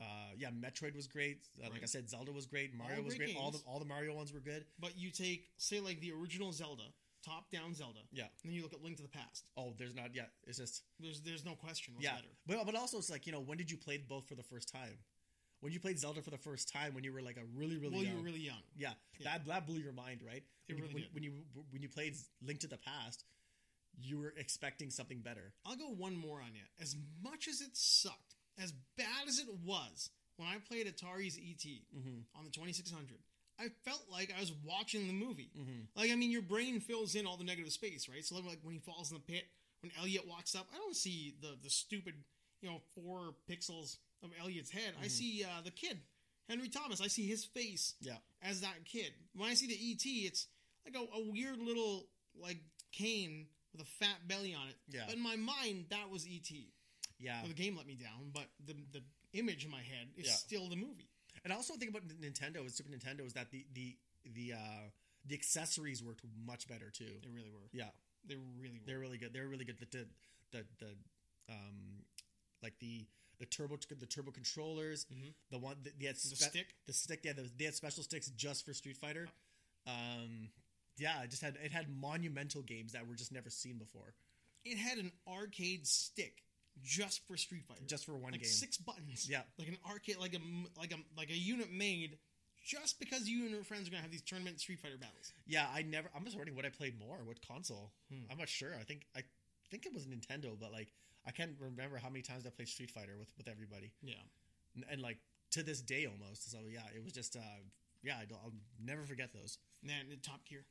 uh, yeah, Metroid was great. Uh, Like
Right.
I said, Zelda was great. Mario was
great
great. All the
games.
all the Mario ones were good.
But you take, say, like the original Zelda, top down Zelda,
Yeah.
and then you look at Link to the Past.
Oh, there's not. Yeah, it's just
There's there's no question what's
yeah,
better.
but but also it's like you know when did you play both for the first time? When you played Zelda for the first time, when you were like a really really
well,
young,
you were really young.
yeah,
Yeah.
that that blew your mind, right?
It
when, you-
really
when,
did.
when you when you played Link to the Past, you were expecting something better.
I'll go one more on you. As much as it sucked, as bad as it was when I played Atari's ET on the 2600, I felt like I was watching the movie. Like, I mean, your brain fills in all the negative space, right? So, like, like when he falls in the pit, when Elliot walks up, I don't see the the stupid, you know, four pixels of Elliot's head.
Mm-hmm.
I see uh, the kid, Henry Thomas. I see his face
Yeah,
as that kid. When I see the ET, it's like a, a weird little like cane with a fat belly on it.
Yeah.
But in my mind, that was ET.
yeah.
Well, the game let me down, but the the image in my head is
Yeah.
still the movie.
And I also think about N- Nintendo and Super Nintendo is that the the the uh, the accessories worked much better too.
They really were.
Yeah,
They really were.
they're really good. They're really good. The the the, the um like the the turbo the turbo controllers,
Mhm.
the one that they had
the
spe-
stick.
the stick yeah they had special sticks just for street fighter um yeah it just had it had monumental games that were just never seen before
It had an arcade stick just for Street Fighter.
just for one
like
game
six buttons.
Yeah.
Like an arcade, like a m- like a like a unit made just because you and your friends are gonna have these tournament Street Fighter battles.
yeah i never i'm just wondering what i played more what console
Hmm.
i'm not sure i think i think it was nintendo but like i can't remember how many times i played street fighter with with everybody
Yeah.
and, and like to this day almost so yeah it was just uh yeah I don't- i'll never forget those
Man, and Top Gear.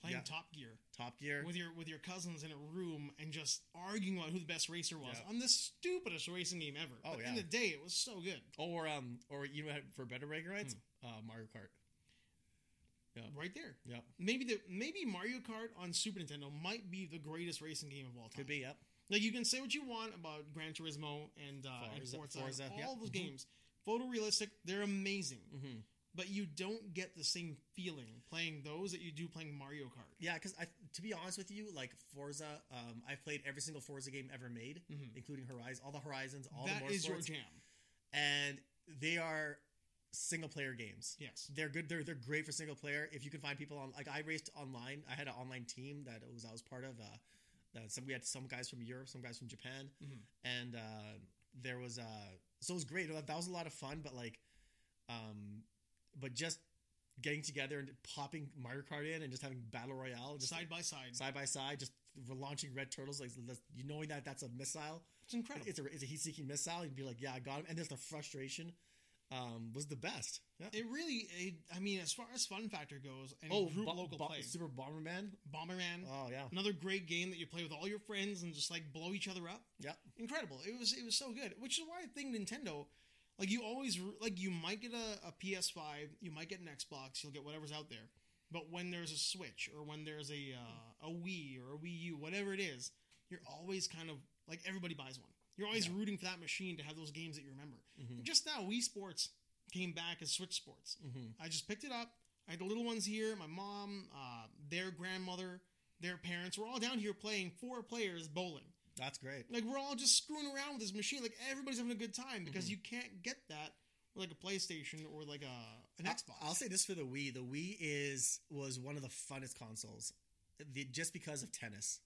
Playing
Yeah.
Top Gear.
top gear
with your with your cousins in a room and just arguing about who the best racer was
Yeah.
on the stupidest racing game ever.
Oh,
but
yeah.
in the day, it was so good.
or um or you know for better regrets
Hmm.
uh mario kart
Right there,
yep
maybe the maybe Mario Kart on Super Nintendo might be the greatest racing game of all time.
could be yep
Like you can say what you want about Gran Turismo and uh, and
Forza-
Forza,
Forza,
all
yeah.
those
Mhm.
games, photorealistic, they're amazing.
mm-hmm
But you don't get the same feeling playing those that you do playing Mario Kart.
Yeah, because I, to be honest with you, like Forza, um, I've played every single Forza game ever made,
Mhm.
including Horizon, all the Horizons, Mm-hmm. all the
that is your
Motorsports,
jam.
and they are single player games.
Yes.
They're good. They're they're great for single player. If you can find people on, like I raced online. I had an online team that was I was part of. Uh, that some we had some guys from Europe, some guys from Japan,
Mhm.
and uh, there was uh, so it was great. That was a lot of fun, but like, um, but just getting together and popping Mario Kart in and just having battle royale, just
side by side.
side by side, just launching red turtles, like that's- you knowing that that's a missile.
It's incredible.
It's a it's a heat-seeking missile. You'd be like, yeah, I got him. And there's the frustration. Um, was the best. Yeah.
it really, it, I mean, as far as fun factor goes, and
oh,
group
Bo-
local Mm-hmm.
Bo-
play,
Super Bomberman.
Bomberman,
Oh yeah,
another great game that you play with all your friends and just like blow each other up.
yeah.
incredible. It was it was so good, which is why I think Nintendo, like you always re- like you might get a, a PS5, you might get an Xbox, you'll get whatever's out there. But when there's a Switch or when there's a uh, a Wii or a Wii U, whatever it is, you're always kind of like everybody buys one. You're always
Yeah.
rooting for that machine to have those games that you remember.
Mhm.
Just now, Wii Sports came back as Switch Sports.
Mm-hmm.
I just picked it up. I had the little ones here. My mom, uh, their grandmother, their parents were all down here playing four players bowling.
That's great.
Like we're all just screwing around with this machine. Like everybody's having a good time because
Mm-hmm.
you can't get that with like a PlayStation or like a an
I-
Xbox.
I'll say this for the Wii: the Wii is was one of the funnest consoles, the, just because of tennis.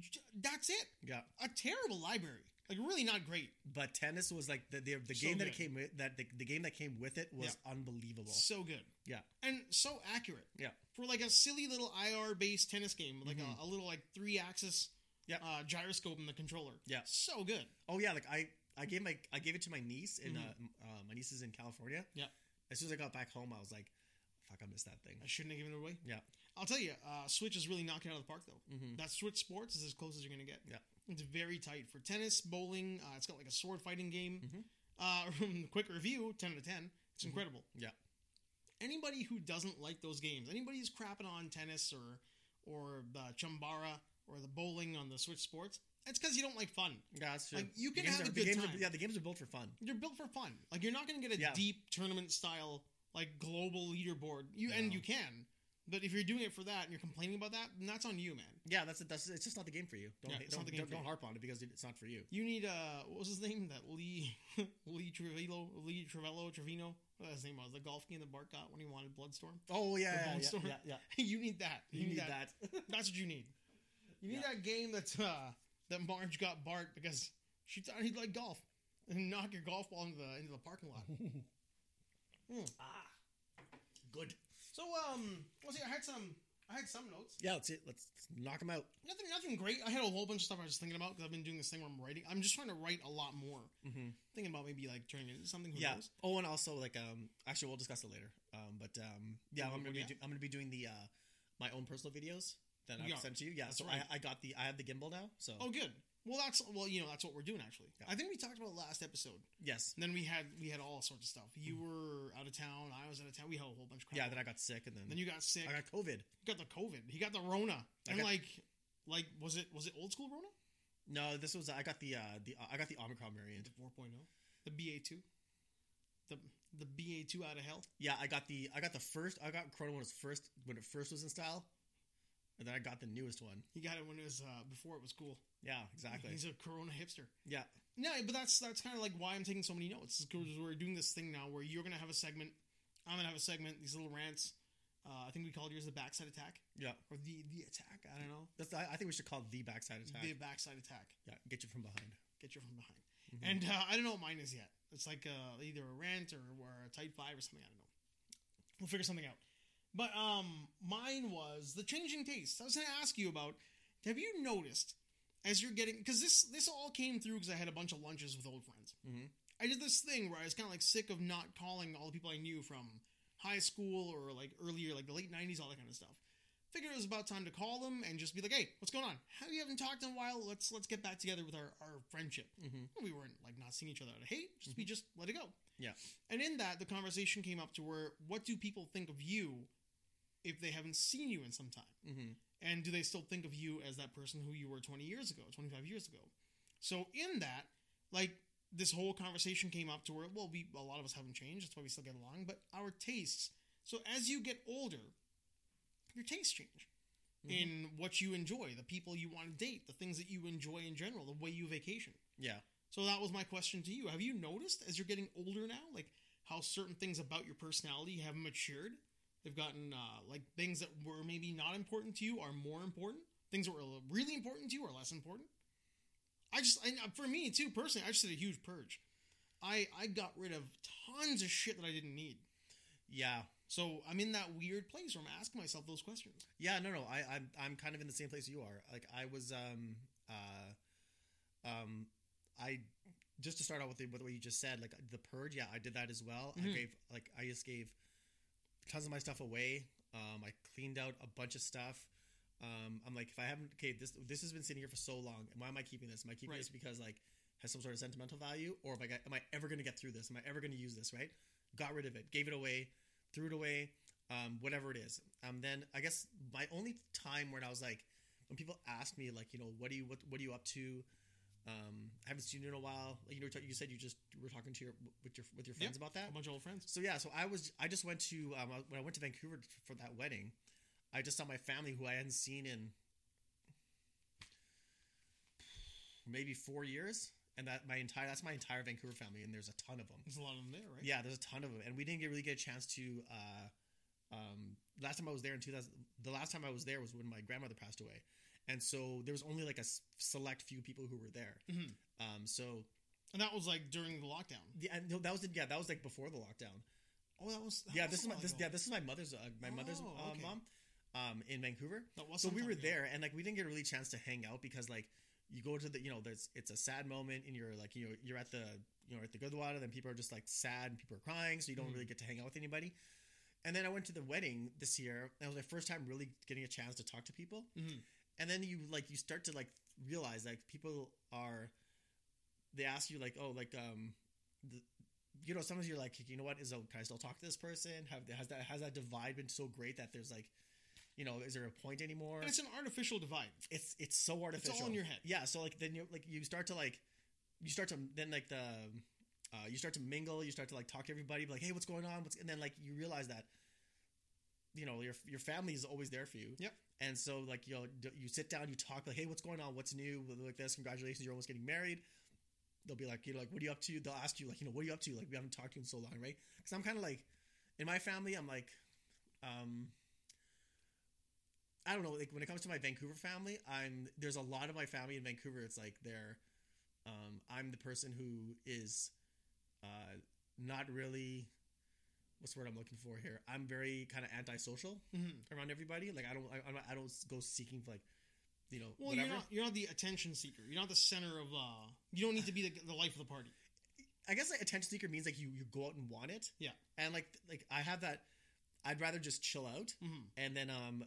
J- That's it.
Yeah,
A terrible library. Like really not great.
but tennis was like the the, the
So
game that it
good.
came with, that the, the game that came with it was unbelievable.
So good.
Yeah.
And so accurate.
Yeah.
For like a silly little IR based tennis game, like
Mhm.
a, a little like three axis
Yeah.
uh, gyroscope in the controller.
Yeah.
So good.
Oh yeah, like I I gave my I gave it to my niece and
Mhm.
uh, m- uh, my niece is in California.
Yeah.
As soon as I got back home, I was like, "Fuck, I missed that thing."
I shouldn't have given it away.
Yeah.
I'll tell you, uh, Switch is really knocking it out of the park though.
Mm-hmm.
That Switch Sports is as close as you're gonna get.
Yeah.
it's very tight for tennis, bowling. Uh, it's got like a sword fighting game.
Mhm.
Uh, quick review, ten out of ten. It's
Mhm.
incredible.
Yeah.
Anybody who doesn't like those games, anybody who's crapping on tennis or or the Chumbara or the bowling on the Switch Sports, it's because you don't like fun.
Yeah, that's true.
Like, you
The
can
games
have
are-
a
the
good
games are-
time.
yeah, the games are built for fun.
You're built for fun. Like you're not going to get a
Yeah.
deep tournament style like global leaderboard. You and
No.
you can, but if you're doing it for that and you're complaining about that, then that's on you, man.
Yeah, that's that's it's just not the game for you. Don't
Yeah,
ha-
it's
don't,
not the game
don't,
for
don't
you.
harp on it because it's not for you.
You need uh, what was his name? That Lee Lee Trevilo Lee Trevello Trevino. What his name was the golf game that Bart got when he wanted Bloodstorm.
Oh
The
yeah,
Bone
yeah, yeah,
Storm.
yeah, yeah.
you need that.
You, need that.
That's what you need. You need
Yeah.
that game that's uh that Marge got Bart because she thought he'd like golf and knock your golf ball into the into the parking lot. Hmm.
ah, good.
So um, let's see. I had some I had some notes.
Yeah, let's let's knock them out.
Nothing nothing great. I had a whole bunch of stuff I was thinking about because I've been doing this thing where I'm writing. I'm just trying to write a lot more.
Mm-hmm.
Thinking about maybe like turning it into something. Who
Yeah.
knows?
Oh, and also like um, actually we'll discuss it later. Um, but um, yeah,
What- what
I'm gonna
do
be
you
do, I'm gonna be doing the uh, my own personal videos that I've
Yeah,
sent to you. Yeah,
that's
so
right.
I, I got the I have the gimbal now. So
Oh, good. Well, that's well, you know, that's what we're doing actually.
Yeah.
I think we talked about it last episode.
yes,
And then we had we had all sorts of stuff. You were out of town. I was out of town. We had a whole bunch of crap.
Mm-hmm. yeah. Then I got sick, and then,
Then you got sick.
I got COVID.
You got the COVID. He got the Rona.
I
And
got-
like, like was it was it old school Rona?
No, this was I got the uh, the I got the oh. Omicron variant.
The 4.0, the BA two, the the BA two out of hell.
Yeah, I got the I got the first I got Corona when it was first when it first was in style, and then I got the newest one.
He got it when it was uh, before it was cool.
Yeah, exactly.
He's a Corona hipster.
Yeah,
No, but that's that's kind of like why I'm taking so many notes because we're doing this thing now where you're gonna have a segment, I'm gonna have a segment. These little rants. Uh, I think we called yours the backside attack
yeah.
or the the attack. I don't know
That's I, I think we should call it the backside attack.
the backside attack.
yeah, get you from behind.
Get you from behind.
Mhm.
And uh, I don't know what mine is yet. It's like uh, either a rant or, or a type five or something. I don't know. We'll figure something out. But um, mine was the changing taste. I was gonna ask you about. Have you noticed as you're getting because this this all came through because I had a bunch of lunches with old friends.
Mhm.
I did this thing where I was kind of like sick of not calling all the people I knew from high school or like earlier, like the late '90s, all that kind of stuff. Figured it was about time to call them and just be like, "Hey, what's going on? How you haven't talked in a while? Let's let's get back together with our our friendship."
Mhm.
We weren't like not seeing each other out of hate. Just we just let it go.
Yeah.
And in that, the conversation came up to where, what do people think of you if they haven't seen you in some time?
Mm-hmm.
and do they still think of you as that person who you were 20 years ago 25 years ago so in that like this whole conversation came up to where well we a lot of us haven't changed that's why we still get along but our tastes so as you get older your tastes change
Mhm.
in what you enjoy the people you want to date the things that you enjoy in general the way you vacation
Yeah.
so that was my question to you have you noticed as you're getting older now like how certain things about your personality have matured They've gotten uh, like things that were maybe not important to you are more important. Things that were really important to you are less important. I just, I, uh, for me too, personally, I just did a huge purge. I I got rid of tons of shit that I didn't need.
Yeah,
So I'm in that weird place where I'm asking myself those questions.
Yeah, no, no. I, I'm I'm kind of in the same place you are. Like I was, um, uh, um, I just to start out with, the, with what you just said, like the purge. Yeah, I did that as well. I
Mhm.
gave like I just gave tons of my stuff away. Um, I cleaned out a bunch of stuff. Um, I'm like, if I haven't, okay, this this has been sitting here for so long. Why am I keeping this? Am I keeping
Right.
this because like it has some sort of sentimental value, or am I am I ever going to get through this? Am I ever going to use this? Right? Got rid of it, gave it away, threw it away, um, whatever it is. Um, then I guess my only time when I was like, when people ask me like, you know, what do you what what are you up to? Um, I haven't seen you in a while. Like, you know, you said you just were talking to your with your with your friends about that.
A bunch of old friends.
So yeah, so I was I just went to um, I- when I went to Vancouver for that wedding, I just saw my family who I hadn't seen in maybe four years, and that my entire that's my entire Vancouver family, and there's a ton of them.
There's a lot of them there, right?
Yeah, there's a ton of them, and we didn't get, really get a chance to. Uh, um, last time I was there in 2000, the last time I was there was when my grandmother passed away, and so there was only like a s- select few people who were there.
Mhm.
Um, so
And that was like during the lockdown.
yeah, and no, that was yeah, that was like before the lockdown.
Oh, that was. That
yeah,
was
this
a
is my
while
this,
ago.
yeah this is my mother's uh, my mother's
Oh,
uh,
okay.
mom, um, in Vancouver.
That was
So we
sometime
were
ago.
there, and like we didn't get really a chance to hang out because like you go to the you know there's it's a sad moment, and you're like you know you're at the you know at the Gurdwara, then people are just like sad, and people are crying, so you don't
Mhm.
really get to hang out with anybody. And then I went to the wedding this year. and It was my first time really getting a chance to talk to people.
Mhm.
And then you like you start to like realize like people are they ask you like oh like um the, you know sometimes you're like you know what is can I still talk to this person have has that has that divide been so great that there's like you know is there a point anymore
And it's an artificial divide.
it's it's so artificial.
in your head.
Yeah. So like then you like you start to like you start to then like the uh, you start to mingle. You start to like talk to everybody. Be like, hey, what's going on? What's and then like you realize that you know your your family is always there for you.
Yep.
And so like you know, d- you sit down, you talk like, hey, what's going on? What's new? Like this, congratulations, you're almost getting married. They'll be like, you know, like, what are you up to? They'll ask you like, you know, what are you up to? Like we haven't talked to you in so long, right? Because I'm kind of like in my family, I'm like, um, I don't know. Like when it comes to my Vancouver family, I'm there's a lot of my family in Vancouver. It's like they're, um, I'm the person who is, uh, not really, what's the word I'm looking for here? I'm very kind of antisocial
Mhm.
around everybody. Like I don't, I, I'm not- I don't go seeking like, you know,
Well,
whatever.
you're not you're not the attention seeker. You're not the center of. uh You don't need to be the, the life of the party.
I guess like attention seeker means like you you go out and want it.
Yeah.
And like like I have that. I'd rather just chill out,
Mhm.
and then um,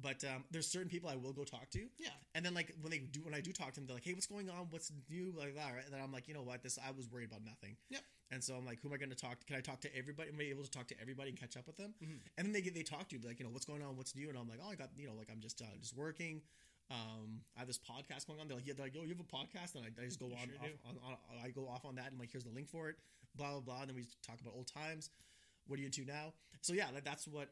but um, there's certain people I will go talk to.
Yeah.
And then like when they do when I do talk to them, they're like, "Hey, what's going on? What's new?" Like that. Right? And then I'm like, you know what? This I was worried about nothing.
Yep.
And so I'm like, who am I going to talk? to? Can I talk to everybody? Am I able to talk to everybody and catch up with them?
Mhm.
And then they get they talk to you like, you know, what's going on? What's new? And I'm like, oh, I got you know, like I'm just uh, just working. Um, I have this podcast going on. They're like, yeah, they're like, oh, you have a podcast, and I, I just go
You
on,
sure
off,
do.
on, on, I go off on that, and like, here's the link for it, blah blah blah. And then we talk about old times. What are you into now? So yeah, like, that's what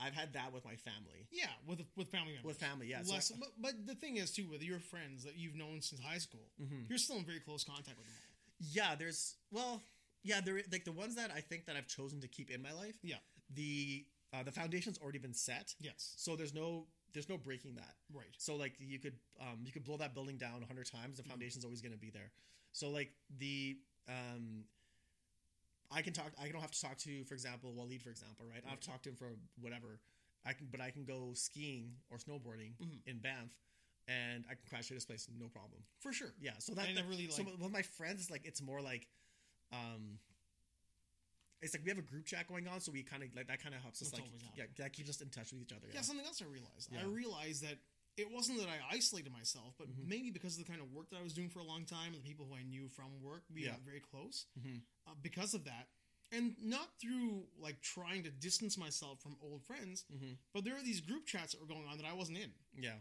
I've had that with my family,
Yeah, with with family members.
with family. Yeah,
Less,
so,
but, but the thing is too with your friends that you've known since high school,
Mhm.
you're still in very close contact with them all.
Yeah, there's well, yeah, there like the ones that I think that I've chosen to keep in my life.
Yeah.
the uh, the foundation's already been set,
Yes,
so there's no there's no breaking that.
right.
So like you could um, you could blow that building down a hundred times, the
Mhm.
foundation's always going to be there. So like the um, I can talk. I don't have to talk to, for example, Waleed, for example, right? I've
Right.
talked to him for whatever. I can, but I can go skiing or snowboarding
Mhm.
in Banff, and I can crash at his place, no problem.
For sure.
Yeah, so that,
I never really like.
so with my friends, it's like it's more like, um, it's like we have a group chat going on, so we kind of like that kind of helps us
That's
like
always
yeah, that keeps us in touch with each other.
yeah.
Yeah,
something else I realized. I
Yeah.
realized that it wasn't that I isolated myself, but
Mhm.
maybe because of the kind of work that I was doing for a long time, and the people who I knew from work, we
Yeah.
got very close.
Mhm.
Uh, because of that, and not through like trying to distance myself from old friends,
Mhm.
but there are these group chats that were going on that I wasn't in.
yeah,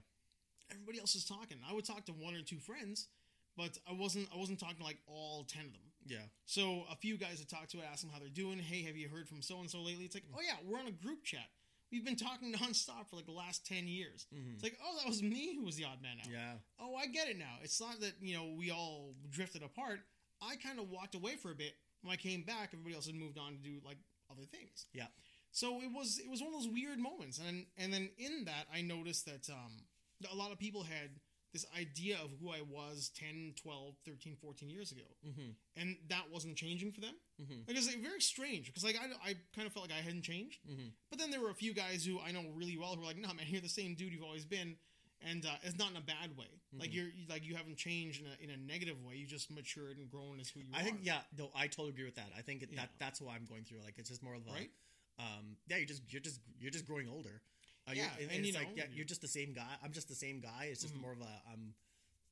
Everybody else is talking. I would talk to one or two friends, but I wasn't. I wasn't talking to like all ten of them.
yeah.
So a few guys I talked to, I asked them how they're doing. Hey, have you heard from so and so lately? It's like, oh yeah, we're on a group chat. We've been talking nonstop for like the last ten years.
Mhm.
It's like, oh, that was me who was the odd man out.
yeah,
Oh, I get it now. It's not that you know we all drifted apart. I kind of walked away for a bit. When I came back, everybody else had moved on to do like other things.
Yeah.
So it was it was one of those weird moments, and and then in that I noticed that um, a lot of people had this idea of who I was 10, 12, 13, 14 years ago.
Mm-hmm.
And that wasn't changing for them.
Mm-hmm.
Like, it's like, very strange because like I, I kind of felt like I hadn't changed.
Mm-hmm.
But then there were a few guys who I know really well who were like, "Nah, man, you're the same dude you've always been," and uh, it's not in a bad way. Like
Mhm.
you're you- like you haven't changed in a, in a negative way. You just matured and grown as who you
I
are.
think yeah, no, I totally agree with that. I think it,
Yeah.
that that's what I'm going through. Like it's just more of a,
Right?
um, yeah, you're just you're just you're just growing older. Uh,
Yeah,
you're, and,
and
and
you
it's like
know,
yeah,
you-
you're just the same guy. I'm just the same guy. It's just
Mhm.
more of a um,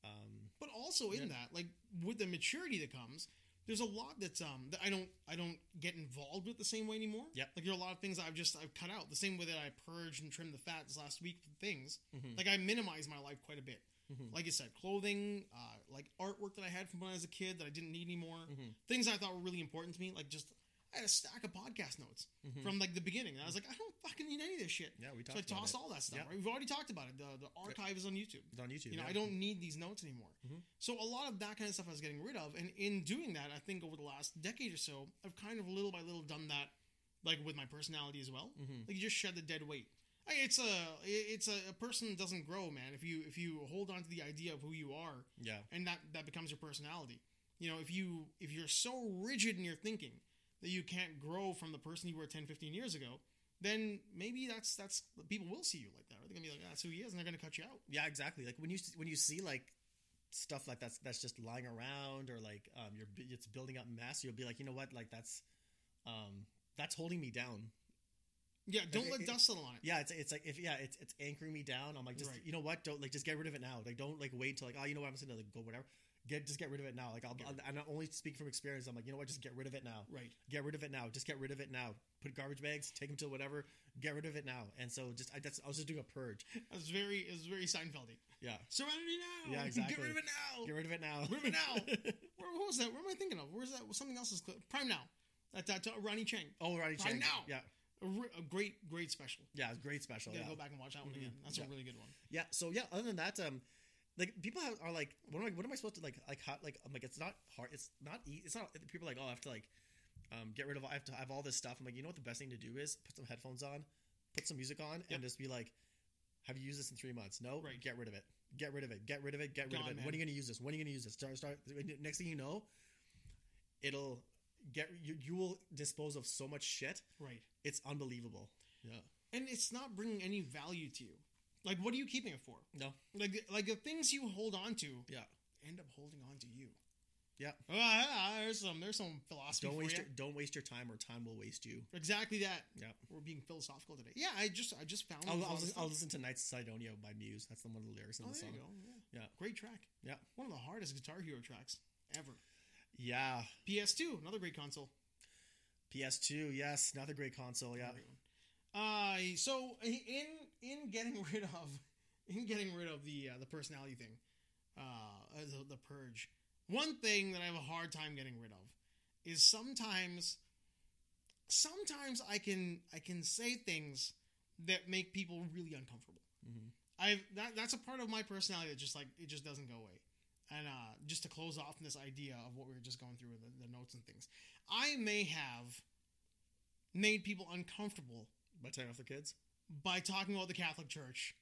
um,
But also in
Yeah.
that, like with the maturity that comes, there's a lot that's um that I don't I don't get involved with the same way anymore.
Yep.
Like there are a lot of things that I've just I've cut out the same way that I purged and trimmed the fat this last week for things.
mhm,
Like I minimize my life quite a bit.
mhm,
Like I said, clothing, uh, like artwork that I had from when I was a kid that I didn't need anymore.
mhm,
things I thought were really important to me, like just I had a stack of podcast notes
mhm.
from like the beginning, and I was like, I don't fucking need any of this shit.
yeah, we
So I
talked about
tossed
it.
all that stuff.
Yeah.
Right? We've already talked about it. The the archive is on YouTube.
It's on YouTube.
You know,
yeah.
I don't need these notes anymore.
Mhm.
So a lot of that kind of stuff I was getting rid of, and in doing that, I think over the last decade or so, I've kind of little by little done that, like with my personality as well.
Mhm.
Like you just shed the dead weight. I- It's a it's a, a person doesn't grow, man. If you if you hold on to the idea of who you are,
Yeah.
and that that becomes your personality. You know, if you if you're so rigid in your thinking that you can't grow from the person you were 10, 15 years ago, then maybe that's that's people will see you like that. Right? They're gonna be like, that's who he is, and they're gonna cut you out.
Yeah, exactly. Like when you when you see like stuff like that's that's just lying around or like um you're bu- it's building up mass, you'll be like, you know what, like that's um that's holding me down.
Yeah, don't
it-
let
it-
dust settle on it.
Yeah, it's it's like if yeah, it's it's anchoring me down. I'm like, just
Right.
you know what, don't like just get rid of it now. Like don't like wait till like oh you know what I'm just gonna like go whatever. Get just get rid of it now. Like I'll,
Get
I'll and I only speak from experience. I'm like, you know what, just get rid of it now.
Right.
Get rid of it now. Just get rid of it now. Put garbage bags, take them to whatever. Get rid of it now. And so just I, that's I was just doing a purge.
That's very it's very Seinfeldy.
Yeah,
Serenity now.
Yeah,
Get
exactly.
rid of it now.
get rid of it now.
Get rid of it now. Where, what was that? Where am I thinking of? Where's that? Something else is cl- Prime Now. That uh, Ronnie Chang,
oh, Ronnie
Right
Chang.
now.
Yeah,
a, re- a great great special.
yeah, it's a great special.
gotta
Oh, yeah.
go back and watch that one
Mhm.
again. That's
Yeah.
a really good one.
Yeah. So yeah, other than that, um, like people have, are like, what am I? What am I supposed to like? Like hot? Like I'm like, it's not hard. It's not. E- it's not. People are like, oh, I have to like, um, get rid of. I have to have all this stuff. I'm like, you know what? The best thing to do is put some headphones on, put some music on,
Yep.
and just be like, have you used this in three months? No.
Right.
Get rid of it. Get rid of it. Get rid of it. Get rid of
Gone,
it.
man.
When are you gonna use this? When are you gonna use this? Start. Start. Next thing you know, it'll get you. You will dispose of so much shit.
Right.
It's unbelievable. Yeah.
and it's not bringing any value to you. Like, what are you keeping it for?
No.
Like, like the things you hold on to
Yeah.
end up holding on to you.
Yeah.
Ah, ah, ah, there's some there's some philosophy.
Don't
for
waste.
ya.
Your, don't waste your time, or time will waste you.
Exactly that.
Yep.
We're being philosophical today. Yeah, I just I just found.
I'll,
a lot
I'll,
of
lis-
stuff.
I'll listen to Nights of Sidonia by Muse. That's the one of the lyrics in
oh,
the
there
song.
you go. Yeah.
Yeah.
Great track.
Yeah.
One of the hardest Guitar Hero tracks ever.
Yeah.
PS2, another great console.
PS2, yes, another great console. Yeah.
Great one. Uh, so in in getting rid of in getting rid of the uh, the personality thing, uh, uh, the, the purge. One thing that I have a hard time getting rid of is sometimes sometimes I can I can say things that make people really uncomfortable.
Mhm.
I've that, that's a part of my personality that just like it just doesn't go away. And uh, just to close off this idea of what we were just going through with the, the notes and things, I may have made people uncomfortable
By Time Off the Kids.
by talking about the Catholic Church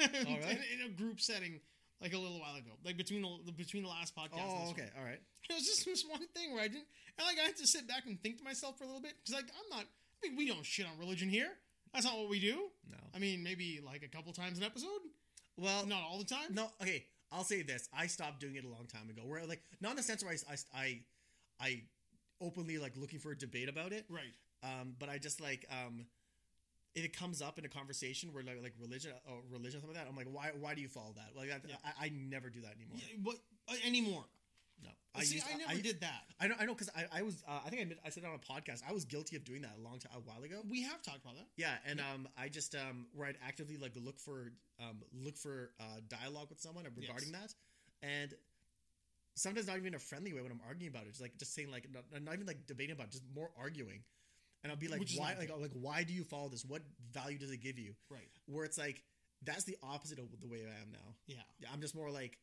All right.
in, in a group setting like a little while ago, like between the between the last podcast. and
Oh,
this
okay.
one.
All right.
It was just this one thing where I didn't, and like I had to sit back and think to myself for a little bit because like I'm not, I mean, we don't shit on religion here. That's not what we do.
No.
I mean, maybe like a couple times an episode,
Well, no.
not all the time.
okay. I'll say this. I stopped doing it a long time ago. Where, like, not in the sense where I, I, I, I openly, like, looking for a debate about it.
Right.
Um, but I just, like, um, if it comes up in a conversation where, like, like religion or religion or something like that, I'm like, why, why do you follow that? Like, I,
Yeah.
I, I never do that anymore.
Yeah, What uh, anymore?
No.
See,
used-
I never did that.
I know, I know, because I, I was, uh, I think I, admit, I said it on a podcast. I was guilty of doing that a long time, a while ago.
We have talked about that.
Yeah, and um, I just um, where I'd actively like look for um, look for uh, dialogue with someone regarding that, and sometimes not even in a friendly way when I'm arguing about it, just like just saying like not, not even like debating about, it, just more arguing, and I'll be like,
Which is
why,
not
like,
good.
oh, like, why do you follow this? What value does it give you?
Right.
Where it's like that's the opposite of the way I am now.
Yeah.
Yeah, I'm just more like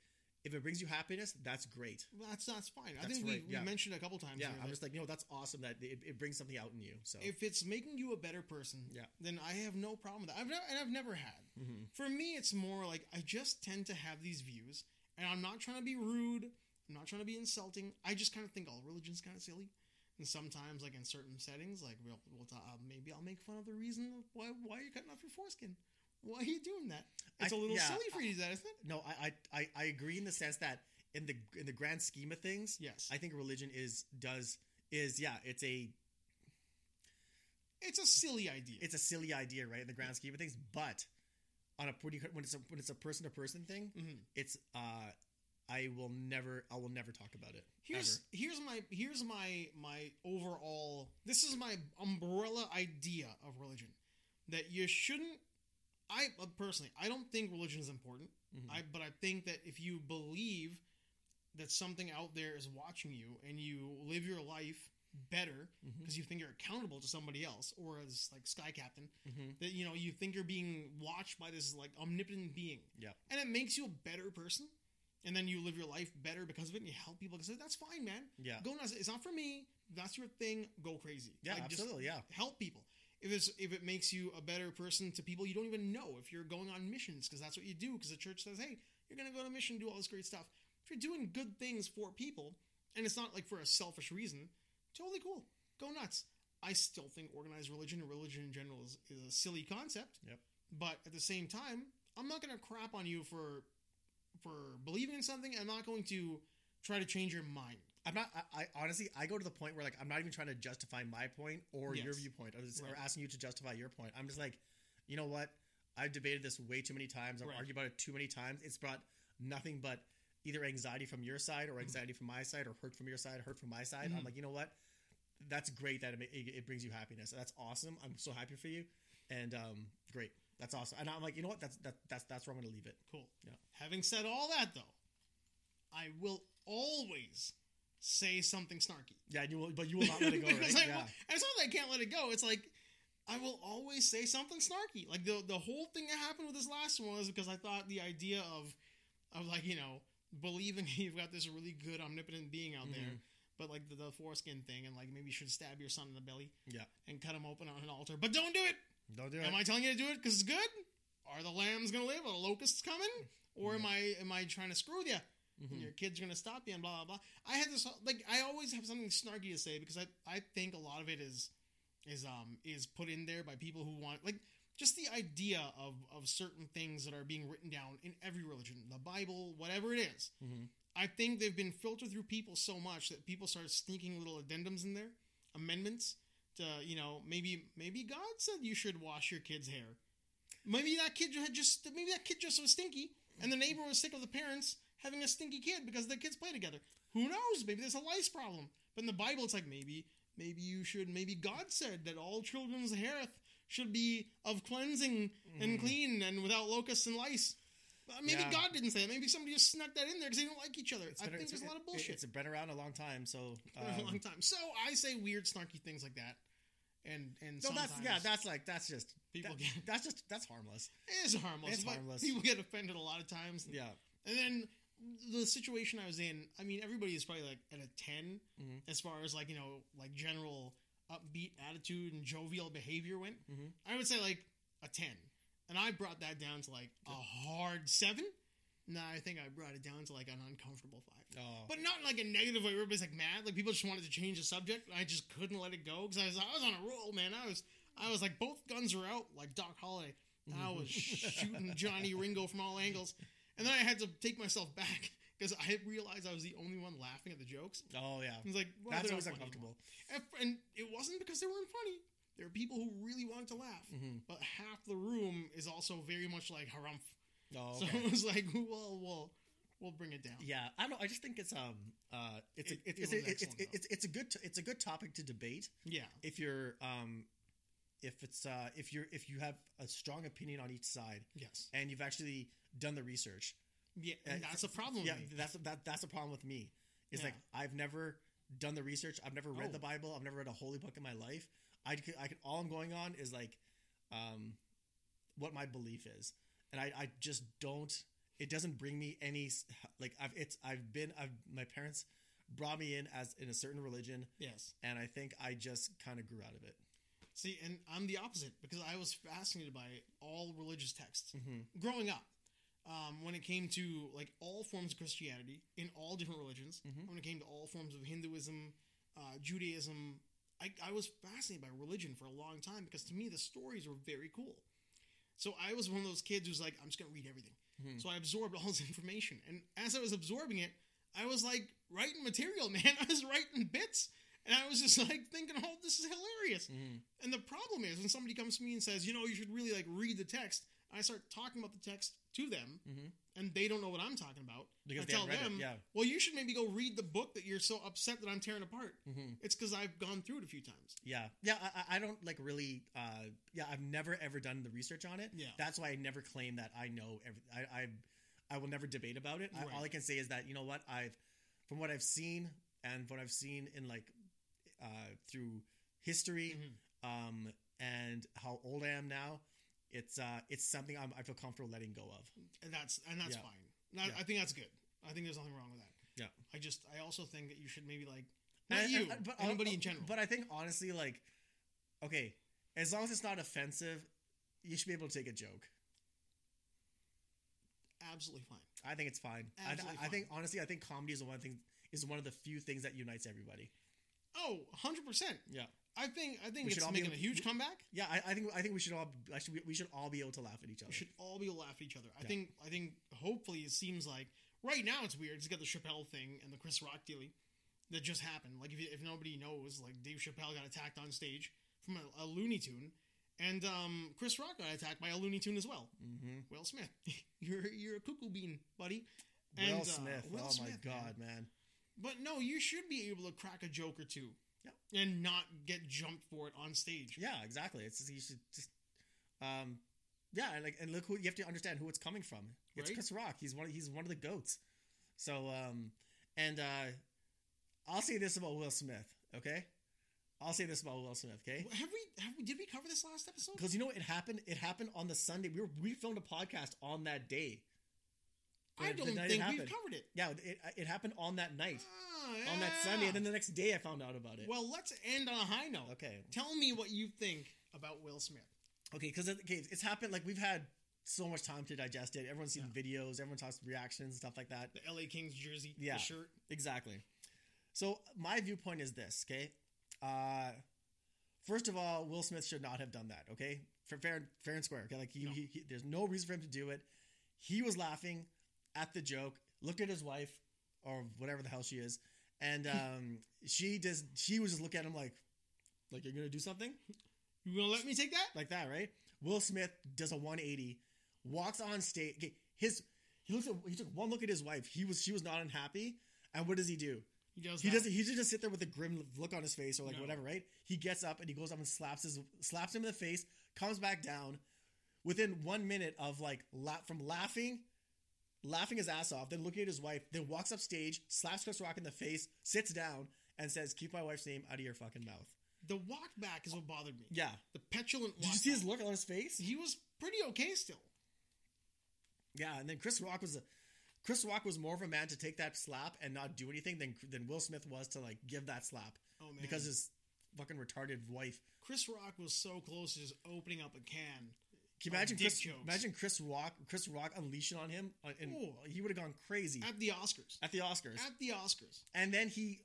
If it brings you happiness, that's great.
Well, that's that's fine. I
That's
think
right,
we,
yeah.
we mentioned a couple times.
Yeah,
here
I'm
that
just like, you know, that's awesome that it, it brings something out in you. So,
if it's making you a better person,
Yeah.
then I have no problem with that. I've never, and I've never had.
Mhm.
For me, it's more like I just tend to have these views, and I'm not trying to be rude. I'm not trying to be insulting. I just kind of think all religion's kind of silly, and sometimes, like in certain settings, like we'll, we'll ta- uh, maybe I'll make fun of the reason why why you're cutting off your foreskin. Why are you doing that?
I-
It's a little
yeah,
silly for you, to do that, isn't it?
no, I, I, I, I agree in the sense that in the in the grand scheme of things,
Yes,
I think religion is does is yeah, it's a
it's a silly idea.
it's a silly idea, right? In the grand scheme of things, but on a when, you, when it's a when it's a person to person thing,
Mhm.
it's uh, I will never I will never talk about it.
here's here's my here's my my overall this is my umbrella idea of religion that you shouldn't i uh, personally i don't think religion is important
ever. Mhm.
i but i think that if you believe that something out there is watching you and you live your life better
Mhm.
because you think you're accountable to somebody else or as like sky captain
Mhm.
that you know you think you're being watched by this like omnipotent being
Yep.
and it makes you a better person and then you live your life better because of it and you help people because of it. that's fine man
yeah,
go nuts it's not for me If that's your thing go crazy
yeah,
Like, just
absolutely, yeah.
help people if it's if it makes you a better person to people you don't even know if you're going on missions because that's what you do because the church says hey you're gonna go on a mission do all this great stuff if you're doing good things for people and it's not like for a selfish reason totally cool go nuts i still think organized religion and religion in general is, is a silly concept
Yep.
but at the same time i'm not gonna crap on you for for believing in something i'm not going to try to change your mind
I'm not. I, I honestly, I go to the point where like I'm not even trying to justify my point or your
Yes.
viewpoint, or, just- or
Right.
asking you to justify your point. I'm just like, you know what? I've debated this way too many times. I've
Right.
argued about it too many times. It's brought nothing but either anxiety from your side
Mm-hmm.
or anxiety from my side or hurt from your side, hurt from my side. I'm
Mhm.
like, you know what? That's great that it, ma- it, it brings you happiness. That's awesome. I'm so happy for you, and um, great. That's awesome. And I'm like, you know what? That's that, that's that's where I'm going to leave it.
Cool.
Yeah.
Having said all that, though, I will always say something snarky.
Yeah, and you will, but you will not let it go.
Because
right?
I,
Yeah.
will- and it's not that I can't let it go. It's like I will always say something snarky. Like the the whole thing that happened with this last one was because I thought the idea of of like you know believing you've got this really good omnipotent being out there,
Mhm.
but like the, the foreskin thing and like maybe you should stab your son in the belly.
Yeah.
And cut him open on an altar, but don't do it.
Don't do it.
Am I telling you to do it because it's good? Are the lambs gonna live? Are the locusts coming? Or am
Mm-hmm.
I am I trying to screw you?
Mhm.
And your kids are gonna stop you and blah blah blah. I had this like I always have something snarky to say because I I think a lot of it is is um is put in there by people who want like just the idea of of certain things that are being written down in every religion, the Bible, whatever it is.
Mhm.
I think they've been filtered through people so much that people start sneaking little addendums in there, amendments to you know maybe maybe God said you should wash your kid's hair. Maybe that kid had just maybe that kid just was stinky, and the neighbor was sick of the parents having a stinky kid because their kids play together. Who knows? Maybe there's a lice problem. But in the Bible, it's like maybe maybe you should maybe God said that all children's hair should be of cleansing
Mm-hmm.
and clean and without locusts and lice. Uh, Maybe
Yeah.
God didn't say that. Maybe somebody just snuck that in there because they don't like each other.
It's
I
been-
think
it's-
there's a lot of
it-
bullshit
It's been around a long time, so
for a
um,
long time. So I say weird, snarky things like that, and and
No,
sometimes
that's yeah, that's like that's just
People
that-
get-
that's just that's harmless.
it is harmless.
it's
but
harmless.
People get offended a lot of times.
Yeah,
And then the situation I was in, I mean, everybody is probably like at a 10
Mhm.
as far as like, you know, like general upbeat attitude and jovial behavior went.
Mhm.
I would say like a 10. And I brought that down to like a hard seven. Nah, I think I brought it down to like an uncomfortable five.
oh,
But not in like a negative way. where Everybody's like mad. Like people just wanted to change the subject. And I just couldn't let it go because I was I was on a roll, man. I was I was like both guns are out, like Doc Holliday. And
Mm-hmm.
I was shooting Johnny Ringo from all angles, and then I had to take myself back because I realized I was the only one laughing at the jokes.
oh yeah,
I was like, well,
that's
they're not
always
funny
uncomfortable.
anymore. And, and it wasn't because they weren't funny. There are people who really wanted to laugh,
Mm-hmm.
but half the room is also very much like harumph.
Oh,
So
okay.
it was like, well, well, we'll bring it down.
yeah, I don't. know, I just think it's um uh it's
It-
a,
it
it's it's,
was
a- it's,
excellent,
it's, it's it's a good t- it's a good topic to debate
yeah.
if you're um if it's uh if you're if you have a strong opinion on each side
Yes.
and you've actually done the research.
Yeah, and
Uh,
that's a problem.
Yeah,
with me.
that's that that's a problem with me. It's
Yeah.
like I've never done the research. I've never read
Oh.
the Bible. I've never read a holy book in my life. I could, I could all I'm going on is like, um, what my belief is, and I I just don't. it doesn't bring me any s- like I've it's I've been I've my parents brought me in as in a certain religion
Yes.
and I think I just kind of grew out of it.
See, and I'm the opposite because I was fascinated by all religious texts
Mm-hmm.
growing up. Um, when it came to like all forms of Christianity in all different religions,
Mhm.
when it came to all forms of Hinduism, uh, Judaism, I, I was fascinated by religion for a long time because to me the stories were very cool. So I was one of those kids who's like, I'm just gonna read everything.
Mhm.
So I absorbed all this information, and as I was absorbing it, I was like writing material, man. I was writing bits, and I was just like thinking, oh, this is hilarious. And the problem is when somebody comes to me and says, you know, you should really like read the text, I start talking about the text to them,
Mhm.
and they don't know what I'm talking about.
Because
I
they
tell
haven't read
them,
it. Yeah.
well, you should maybe go read the book that you're so upset that I'm tearing apart.
Mhm.
It's because I've gone through it a few times.
Yeah. Yeah. I, I- I don't like really. Uh, yeah. I've never ever done the research on it.
Yeah.
That's why I never claim that I know every. I I, I will never debate about it. I, all
Right.
I can say is that you know what I've, from what I've seen and what I've seen in like, uh, through history,
Mhm.
um, and how old I am now, it's uh, it's something I'm, I feel comfortable letting go of.
And that's and that's
Yeah.
fine. And I,
Yeah.
I think that's good. I think there's nothing wrong with that.
Yeah.
I just I also think that you should maybe like not
And-
you,
and- and- but I-
anybody in general.
But I think honestly, like, okay, as long as it's not offensive, you should be able to take a joke.
absolutely fine.
I think it's fine. I,
Absolutely
I- I think
fine.
honestly, I think comedy is the one thing is one of the few things that unites everybody.
Oh, 100 percent.
Yeah,
I think I think
We should
it's
all be
making a
able-
huge
we-
comeback.
yeah. I, I think I think we should all I should, we should all be able to laugh at each other.
We should all be able to laugh at each other. I
Yeah.
think I think hopefully it seems like right now it's weird. It's got the Chappelle thing and the Chris Rock deal that just happened. Like if, you- if nobody knows, like Dave Chappelle got attacked on stage from a, a Looney Tune, and um, Chris Rock got attacked by a Looney Tune as well.
hmm
Will Smith, you're you're a cuckoo bean, buddy.
Will
And, uh,
Smith.
Will
oh
Smith,
my
man.
god, man.
But no, you should be able to crack a joke or two,
Yep.
and not get jumped for it on stage.
Yeah, exactly. It's just, you should just, um, yeah, and like and look who you have to understand who it's coming from. It's
Right.
Chris Rock. He's one. He's one of the goats. So um, and uh, I'll say this about Will Smith. Okay, I'll say this about Will Smith. Okay.
Have we have we did we cover this last episode?
Because you know what? it happened. It happened on the Sunday. We were, we filmed a podcast on that day.
I
The- the
don't
night it
think we've
happened.
covered it.
Yeah, it, it happened on that night,
Ah,
on that
yeah.
Sunday, and then the next day I found out about it.
well, let's end on a high note.
okay,
Tell me what you think about Will Smith.
okay, because okay, it's happened. Like we've had so much time to digest it. Everyone's seen videos. Everyone talks reactions and stuff like that.
The LA Kings jersey,
Yeah.
the shirt.
Exactly. So my viewpoint is this. Okay. Uh, first of all, Will Smith should not have done that. Okay, for fair, fair and square. Okay, like he,
No.
he, he there's no reason for him to do it. He was laughing at the joke. Looked at his wife, or whatever the hell she is, and um, she just she was just looking at him like, like you're gonna do something
You gonna let me take that?
like that, right? Will Smith does a 180, walks on stage. okay, His he looks at he took one look at his wife. He was she was not unhappy, and what does he do?
He does.
He
that.
doesn't. He should just sit there with a grim look on his face or like
No.
whatever, right? He gets up and he goes up and slaps his slaps him in the face. Comes back down within one minute of like la- from laughing, laughing his ass off. Then looking at his wife. Then walks up stage, slaps Chris Rock in the face, sits down, and says, "Keep my wife's name out of your fucking mouth."
The walk back is what bothered me.
Yeah.
The petulant. Walk
Did you see his look on his face?
He was pretty okay still.
Yeah, and then Chris Rock was a Chris Rock was more of a man to take that slap and not do anything than than Will Smith was to like give that slap
Oh man,
because his fucking retarded wife
Chris Rock was so close to just opening up a can.
Can you
Like
imagine
dick
Chris?
jokes.
Imagine Chris Rock. Chris Rock unleashing on him, uh, and
Ooh.
he would have gone crazy at,
at the Oscars.
the Oscars.
At the Oscars,
and then he,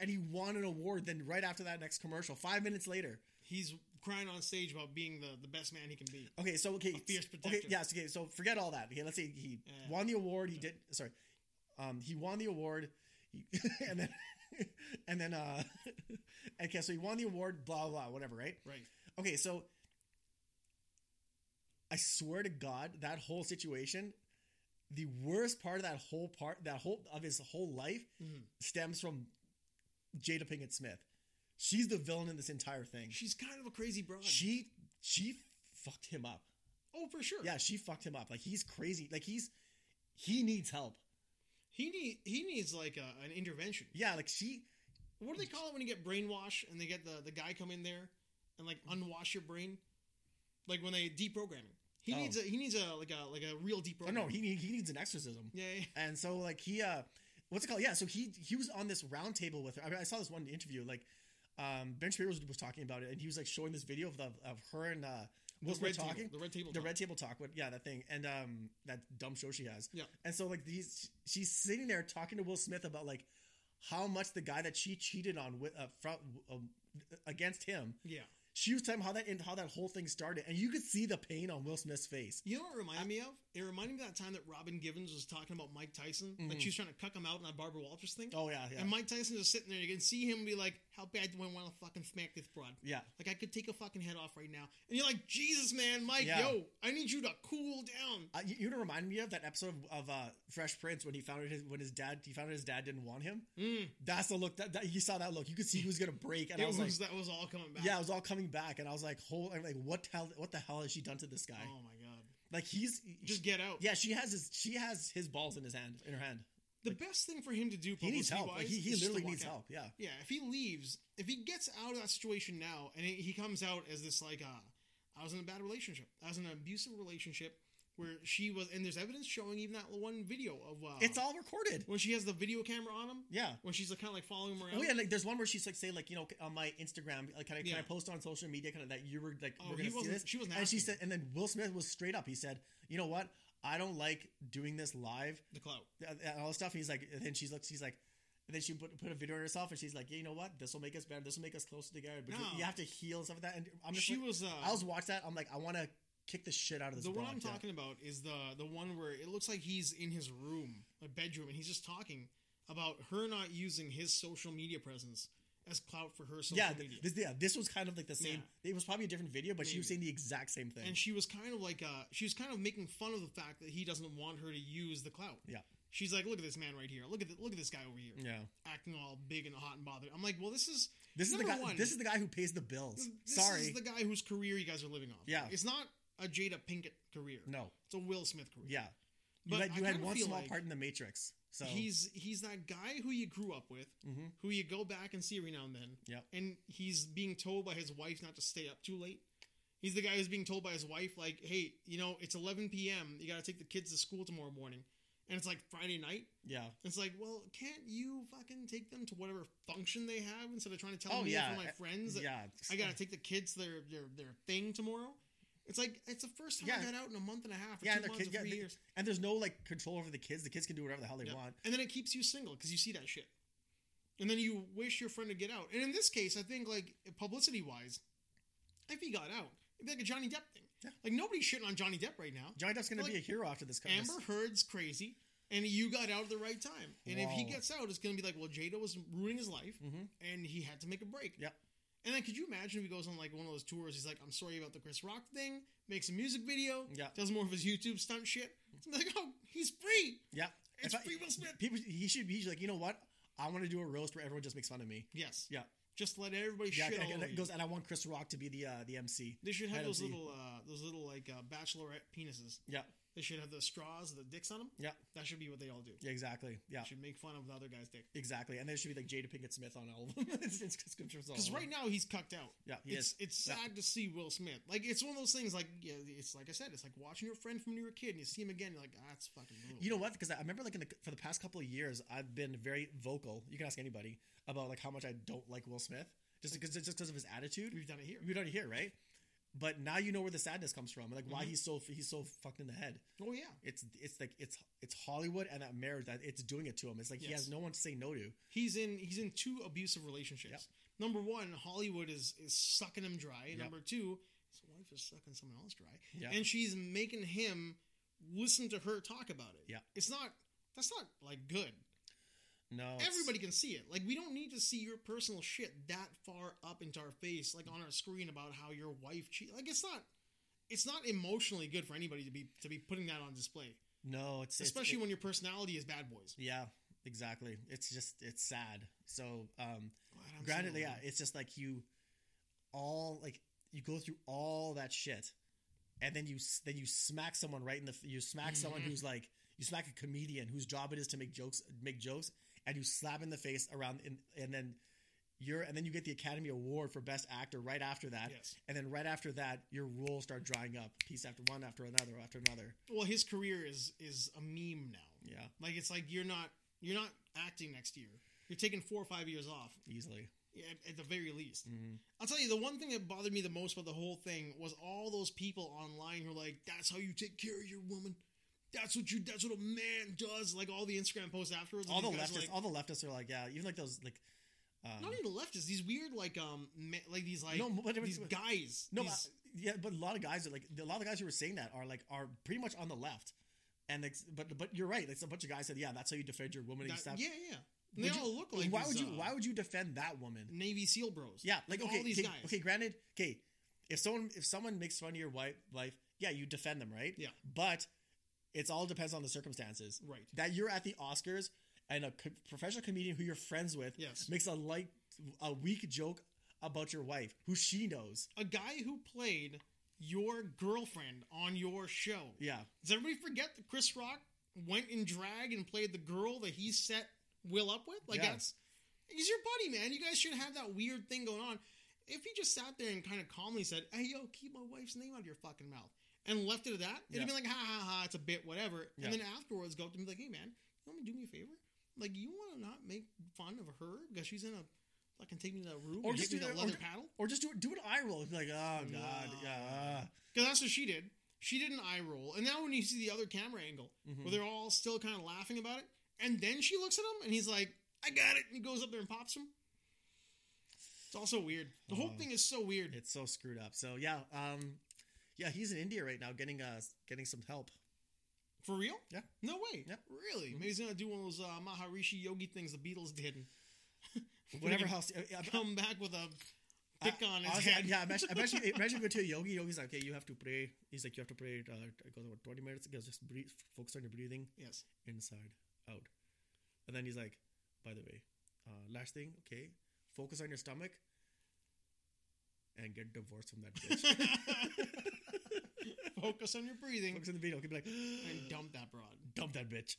and he won an award. Then right after that next commercial, five minutes later.
he's crying on stage about being the, the best man he can be.
Okay, so okay,
fierce
okay,
protector.
yes, okay. So forget all that. Okay, let's say he
Yeah.
won the award. He did. Sorry, um, he won the award, he, and then, and then, uh, okay, so he won the award. Blah blah, blah whatever. Right.
Right.
Okay, so I swear to God, that whole situation, the worst part of that whole part, that whole of his whole life,
Mhm.
stems from Jada Pinkett Smith. She's the villain in this entire thing.
She's kind of a crazy broad.
She she fucked him up.
oh, for sure.
Yeah, she fucked him up. Like he's crazy. Like he's he needs help.
He need he needs like a, an intervention.
Yeah, like she.
What do they call it when you get brainwashed and they get the, the guy come in there and like unwash your brain? Like when they deprogramming. He He
Oh.
needs a he needs a like a like a real deep.
Oh no, he need- he needs an exorcism.
yeah, yeah.
And so like he uh what's it called? Yeah, so he he was on this round table with her. I, mean, I saw this one interview like um Ben Shapiro was, was talking about it and he was like showing this video of the of her and uh Will
The
Smith
red
talking.
table. The red table.
The
talk.
Red Table Talk, what yeah, that thing, and um, that dumb show she has.
Yeah.
And so like these, she's sitting there talking to Will Smith about like how much the guy that she cheated on with uh, from, um, against him.
Yeah.
She was telling him how that and how that whole thing started, and you could see the pain on Will Smith's face.
You know what it reminded me of? It reminded me of that time that Robin Givens was talking about Mike Tyson. Like
Mhm.
she was trying to cuck him out in that Barbara Walters thing.
Oh yeah, yeah,
And Mike Tyson was sitting there, and you can see him be like, "How bad do I want to fucking smack this broad?
yeah.
Like I could take a fucking head off right now." And you're like, "Jesus, man, Mike,
Yeah.
yo, I need you to cool down."
Uh, you, you know, what reminded me of that episode of, of uh, Fresh Prince when he found out his when his dad he found out his dad didn't want him.
Mm.
That's the look that, that he saw that look. You could see he was gonna break, and
It
I was,
was,
like,
that was all coming back.
yeah, it was all coming back, and I was like, whole, I'm like, what hell, what the hell has she done to this guy?
Oh my god.
Like he's
Just get out.
yeah, she has his she has his balls in his hand in her hand.
The best thing for him to do,
He needs help.
publicity-wise,
Like, he he
is just to
literally
walk
needs
out.
help. Yeah,
Yeah, if he leaves, if he gets out of that situation now, and he he comes out as this like, uh, I was in a bad relationship. I was in an abusive relationship where she was, and there's evidence showing even that one video of uh,
it's all recorded.
when she has the video camera on him,
Yeah.
when she's like, kind of like following him around.
Oh yeah, like there's one where she's like saying like you know on my Instagram like can I, can
Yeah.
I post on social media kind of that you were like
Oh,
we're
he
gonna see
wasn't.
this
She wasn't.
and she
asking.
said and then Will Smith was straight up he said you know what I don't like doing this live
the clout.
and and all this stuff and he's like and then she's like she's like and then she put, put a video of herself and she's like yeah you know what this will make us better this will make us closer together but
No.
you have to heal and stuff like that and I'm just
She
like,
was. Uh,
I was watch that I'm like I want to kick the shit out of this
the one
broad,
I'm
yeah.
talking about is the the one where it looks like he's in his room, a bedroom, and he's just talking about her not using his social media presence as clout for her social
yeah, th-
media.
this, yeah, this was kind of like the same. It was probably a different video, but she was
Maybe.
saying the exact same thing.
and she was kind of like uh she was kind of making fun of the fact that he doesn't want her to use the clout.
Yeah.
She's like, look at this man right here. Look at th- look at this guy over here,
yeah,
acting all big and hot and bothered. I'm like, well, this is
this is the
Number
guy.
one-
this is the guy who pays the bills.
this
Sorry,
is the guy whose career you guys are living off.
Yeah.
it's not a Jada Pinkett career.
no,
It's a Will Smith career.
yeah, you
But
had, you
I
had
kinda
one
feel
small
like
part in the Matrix. So
He's he's that guy who you grew up with,
Mhm.
who you go back and see every now and then.
Yep.
And he's being told by his wife not to stay up too late. He's the guy who's being told by his wife, like, hey, you know, it's 11 p.m. You got to take the kids to school tomorrow morning. And it's like Friday night.
yeah,
It's like, well, can't you fucking take them to whatever function they have instead of trying to tell
Oh,
me
yeah.
from my friends that
yeah.
I got to take the kids to their, their their thing tomorrow? It's like, it's the first time I
Yeah.
got out in a month and a half or
Yeah, and
two
their
months
kid-
or
yeah,
three
they-
years.
and there's no like control over the kids. The kids can do whatever the hell they
Yeah.
want.
And then it keeps you single because you see that shit. And then you wish your friend to get out. And in this case, I think, like, publicity wise, if he got out, it'd be like a Johnny Depp thing.
Yeah.
Like, nobody's shitting on Johnny Depp right now.
Johnny Depp's gonna
Like,
be a hero after this. co-
Amber Heard's crazy, and you got out at the right time. And if he
Wow.
gets out, it's going to be like, well, Jada was ruining his life,
Mhm.
and he had to make a break.
Yep.
And then could you imagine if he goes on, like, one of those tours? He's like, I'm sorry about the Chris Rock thing, makes a music video,
Yeah.
does more of his YouTube stunt shit. It's gonna be like, oh, he's free.
Yeah,
It's
If I-
free Will Smith.
people. He should be he's like, you know what? I want to do a roast where everyone just makes fun of me.
Yes.
Yeah.
Just let everybody
Yeah,
shit
and,
all
and
over
it
you.
goes, and I want Chris Rock to be the uh, the MC.
They should have
Item
those
C.
little, uh, those little like uh, bachelorette penises.
Yeah,
They should have the straws, the dicks on them.
Yeah.
That should be what they all do.
yeah, exactly. Yeah,
They should make fun of the other guy's dick.
Exactly, and there should be like Jada Pinkett Smith on all of them. it's, it's, it's controls all
Because
of
right
them.
now he's cucked out.
yeah, he
it's
is.
it's
Yeah.
sad to see Will Smith. Like it's one of those things. Like yeah, it's like I said, it's like watching your friend from when you were a kid and you see him again. You're like, ah, that's fucking. Brutal.
You know what? Because I remember like in the, for the past couple of years, I've been very vocal. You can ask anybody about like how much I don't like Will Smith, just because just because of his attitude.
we've done it here.
We've done it here, right? But now you know where the sadness comes from, like why
Mhm.
he's so he's so fucked in the head.
Oh yeah,
It's it's like it's it's Hollywood and that marriage that it's doing it to him. It's like he
Yes.
has no one to say no to.
he's in he's in two abusive relationships.
Yep.
Number one, Hollywood is is sucking him dry.
Yep.
Number two, his wife is sucking someone else dry,
Yeah,
and she's making him listen to her talk about it.
Yep.
it's not. That's not like good.
no, Oh, it's-
Everybody can see it. Like we don't need to see your personal shit that far up into our face, like on our screen about how your wife cheat. Like it's not, it's not emotionally good for anybody to be to be putting that on display,
No, it's it's-
especially
it-
when your personality is bad boys.
yeah, exactly. It's just it's sad. So um,
Glad I'm
Granted,
single,
yeah,
man.
it's just like you all like you go through all that shit, and then you s- then you smack someone right in the f- you smack someone
Mhm.
who's like you smack a comedian whose job it is to make jokes make jokes, and you slap in the face around in, and then You're, and then you get the Academy Award for Best Actor right after that.
Yes.
And then right after that, your roles start drying up, piece after one, after another, after another.
Well, his career is is a meme now.
Yeah,
Like it's like you're not you're not acting next year. You're taking four or five years off
easily.
at, at the very least.
Mm-hmm.
I'll tell you the one thing that bothered me the most about the whole thing was all those people online who are like, "That's how you take care of your woman. That's what you. That's what a man does." Like all the Instagram posts afterwards.
All
and
the
these guys are
leftists,
like-
all the leftists are like, yeah, even like those like. Um,
not even leftists. These weird like um ma- like these like
no, but,
these guys.
no,
these-
but- yeah, but a lot of guys are like a lot of the guys who were saying that are like are pretty much on the left, and it's, but but you're right. Like a bunch of guys said, yeah, that's how you defend your woman and
that-
stuff.
yeah, yeah. And they
Would you-
all look like
why
these,
would you
uh,
why would you defend that woman?
Navy SEAL bros.
Yeah, like, okay,
all these
okay,
guys.
okay, granted, okay, if someone if someone makes fun of your wife, life, yeah, you defend them, right?
Yeah.
but it's all depends on the circumstances.
right.
That you're at the Oscars and a co- professional comedian who you're friends with
Yes.
makes a light a weak joke about your wife who she knows.
A guy who played your girlfriend on your show.
Yeah,
Does everybody forget that Chris Rock went in drag and played the girl that he set Will up with? Like
Yeah.
that's he's your buddy, man. You guys should have that weird thing going on. If he just sat there and kind of calmly said, "Hey, yo, keep my wife's name out of your fucking mouth," and left it at that, it'd
Yeah.
be like, "Ha ha ha, it's a bit, whatever."
Yeah.
And then afterwards, go up to me like, "Hey, man, you want me to do me a favor? Like, you want to not make fun of her because she's in a fucking take me to that room
Or
or
just
just me
do
that
that- or
leather
ju-
paddle?"
or just do it do an eye roll and be like, oh god,
No.
yeah. ah."
Because that's what she did. She did an eye roll, and now when you see the other camera angle,
Mhm.
where they're all still kind of laughing about it, and then she looks at him, and he's like, "I got it," and he goes up there and pops him. It's all so weird. The whole
Oh.
thing is so weird.
It's so screwed up. So yeah, um, yeah, he's in India right now getting uh getting some help.
For real?
Yeah.
No way.
Yeah.
Really?
Mhm.
Maybe he's gonna do one of those uh, Maharishi Yogi things the Beatles did. and
Whatever house. I, I,
Come back with a
I-
pick on his
honestly,
head.
Yeah, imagine, imagine, imagine going to a yogi. Yogi's like, okay, you have to pray. He's like, you have to pray. Uh, it goes about twenty minutes. It goes just breathe, focus on your breathing
Yes.
inside, out, and then he's like, by the way, uh, last thing, okay, focus on your stomach, and get divorced from that bitch.
Focus on your breathing
focus on the video. Okay, be like,
and dump that broad.
dump that bitch.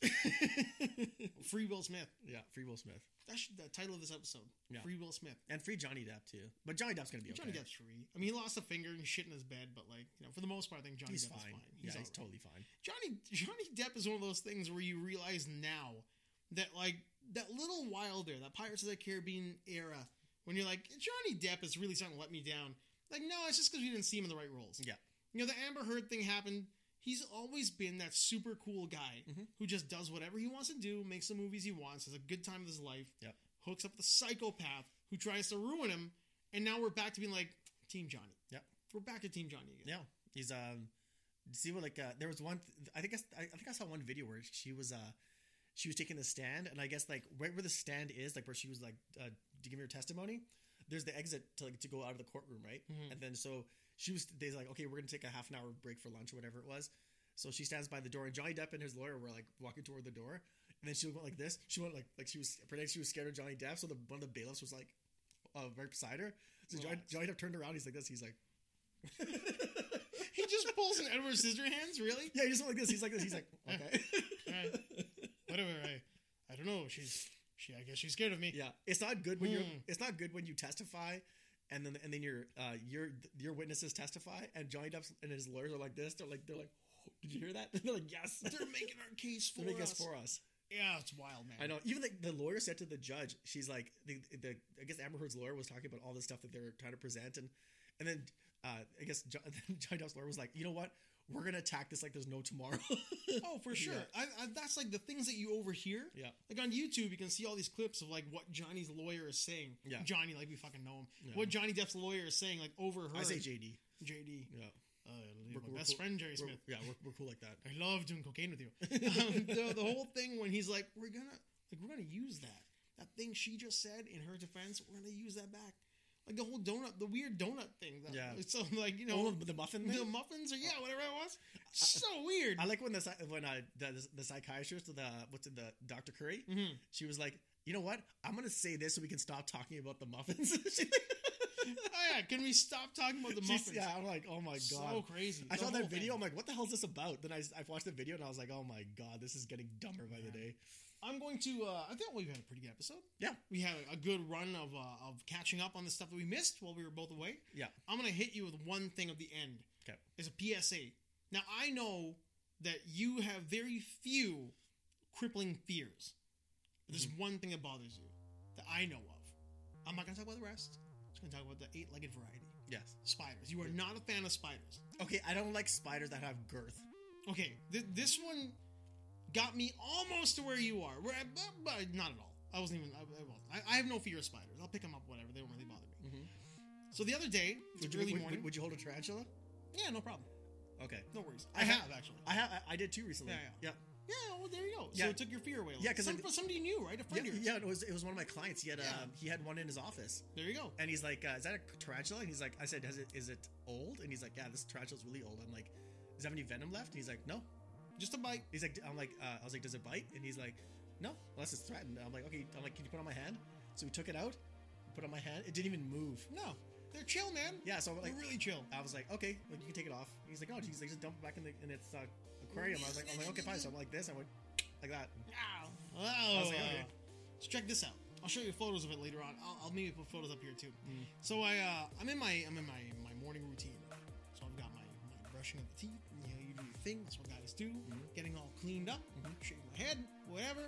Free Will Smith.
yeah, free Will Smith
That should the title of this episode.
Yeah.
Free Will Smith.
and free Johnny Depp too. But Johnny Depp's gonna be okay.
Johnny Depp's free. I mean, he lost a finger and shit in his bed, but like you know, for the most part, I think Johnny
He's
Depp
fine.
is fine.
yeah, he's
alright.
totally fine.
Johnny Johnny Depp is one of those things where you realize now that like that little while there, that Pirates of the Caribbean era, when you're like Johnny Depp is really starting to let me down. Like no, it's just because we didn't see him in the right roles.
Yeah.
you know the Amber Heard thing happened. He's always been that super cool guy
Mhm.
who just does whatever he wants to do, makes the movies he wants, has a good time of his life,
Yep.
hooks up with a psychopath who tries to ruin him, and now we're back to being like Team Johnny.
Yep.
we're back to Team Johnny again.
Yeah, he's um. See what like uh, there was one. I think I, I think I saw one video where she was uh, she was taking the stand, and I guess like right where the stand is, like where she was like uh, to give her testimony. There's the exit to like, to go out of the courtroom, right?
Mhm.
And then so she was. They're like, okay, we're gonna take a half an hour break for lunch or whatever it was. So she stands by the door, and Johnny Depp and his lawyer were like walking toward the door, and then she went like this. She went like like she was pretending she was scared of Johnny Depp. So the one of the bailiffs was like uh, right beside her. So Johnny,
Relax.
Johnny Depp turned around. He's like this. He's like.
He just pulls an Edward Scissorhands, really?
Yeah, he just went like this. He's like this. He's like, okay.
Alright. Whatever. I, I don't know. She's she. I guess she's scared of me.
yeah, it's not good when you're.
Hmm.
It's not good when you testify, and then and then your uh your your witnesses testify, and Johnny Depp and his lawyers are like this. They're like they're like, did you hear that? they're like, yes.
They're making our case for
They're making
us.
us for us.
Yeah, it's wild, man.
I know. Even the, the lawyer said to the judge, she's like, the, the I guess Amber Heard's lawyer was talking about all this stuff that they were trying to present, and and then uh I guess John, Johnny Depp's lawyer was like, you know what? We're gonna attack this like there's no tomorrow.
Oh, for sure.
Yeah.
I, I, that's like the things that you overhear.
Yeah.
Like on YouTube, you can see all these clips of like what Johnny's lawyer is saying.
Yeah.
Johnny, like we fucking know him.
Yeah.
What Johnny Depp's lawyer is saying, like overheard.
I say JD.
JD.
Yeah,
Uh,
We're-
my
we're
best
cool.
friend Jerry
We're-
Smith.
yeah, we're, we're cool like that.
I love doing cocaine with you. um, the, the whole thing when he's like, we're gonna like we're gonna use that that thing she just said in her defense. We're gonna use that back. Like the whole donut, the weird donut thing. That,
Yeah.
So like you
Oh,
know
the muffin.
the
thing?
muffins or yeah whatever it was. So weird.
Oh. I like when the psy- when I the, the psychiatrist the what's in the Dr. Curry.
Mhm.
She was like, you know what? I'm gonna say this so we can stop talking about the muffins. She-
oh yeah, can we stop talking about the
she's-
muffins?
yeah, I'm like, oh my god.
So crazy.
I
The
saw
whole
that
thing.
video. I'm like, what the hell is this about? Then I, I watched the video and I was like, oh my god, this is getting dumber by the
Yeah.
day.
I'm going to. Uh, I think we've had a pretty good episode.
Yeah.
we had a good run of uh, of catching up on the stuff that we missed while we were both away.
Yeah.
I'm gonna hit you with one thing at the end.
Okay.
it's a PSA. Now I know that you have very few crippling fears, but there's
Mm-hmm.
one thing that bothers you that I know of. I'm not gonna talk about the rest. I'm just gonna talk about the eight-legged variety,
Yes.
spiders. You are not a fan of spiders.
Okay, I don't like spiders that have girth.
Okay, th- this one got me almost to where you are, where I, but, but not at all. I wasn't even. I, I, wasn't. I, I have no fear of spiders. I'll pick them up, whatever. They don't really bother me.
Mhm.
So the other day, it
Would
was
you,
early
would-
morning.
would you hold a tarantula?
yeah, no problem.
Okay.
No worries.
I
I,
ha-
have, actually.
I have. I, I did too recently.
Yeah,
yeah.
yeah, well, there you go.
Yeah.
So it took your fear away. a little.
Yeah, 'cause
Some,
I-
from somebody you knew, right? A
Yeah,
friend of yours.
yeah, it was it was one of my clients. He had
Yeah.
um, he had one in his office,
There you go.
and he's like, uh, "Is that a tarantula?" And he's like, "I said, Has it, is it old?" And he's like, "Yeah, this tarantula's really old." I'm like, "Does it have any venom left?" And he's like, "No."
Just a bite.
He's like, "I'm like, uh, I was like, does it bite?" And he's like, "No, unless it's threatened." I'm like, "Okay." I'm like, "Can you put it on my hand?" So we took it out, put it on my hand. It didn't even move.
No, they're chill, man.
Yeah, so like,
they're really chill.
I was like, "Okay, like you can take it off." And he's like, "No," he's like, "Just dump it back in the in its uh, aquarium." I was like, "I'm like, okay, fine." So I'm like this, I went like that.
Ow.
was like, okay.
So check this out. I'll show you photos of it later on. I'll, I'll maybe put photos up here too. So I, uh, I'm in my, I'm in my, my morning routine. So I've got my, my brushing of the teeth. You know, you do your thing. That's what guys do. Getting all cleaned up, shaving my head, whatever.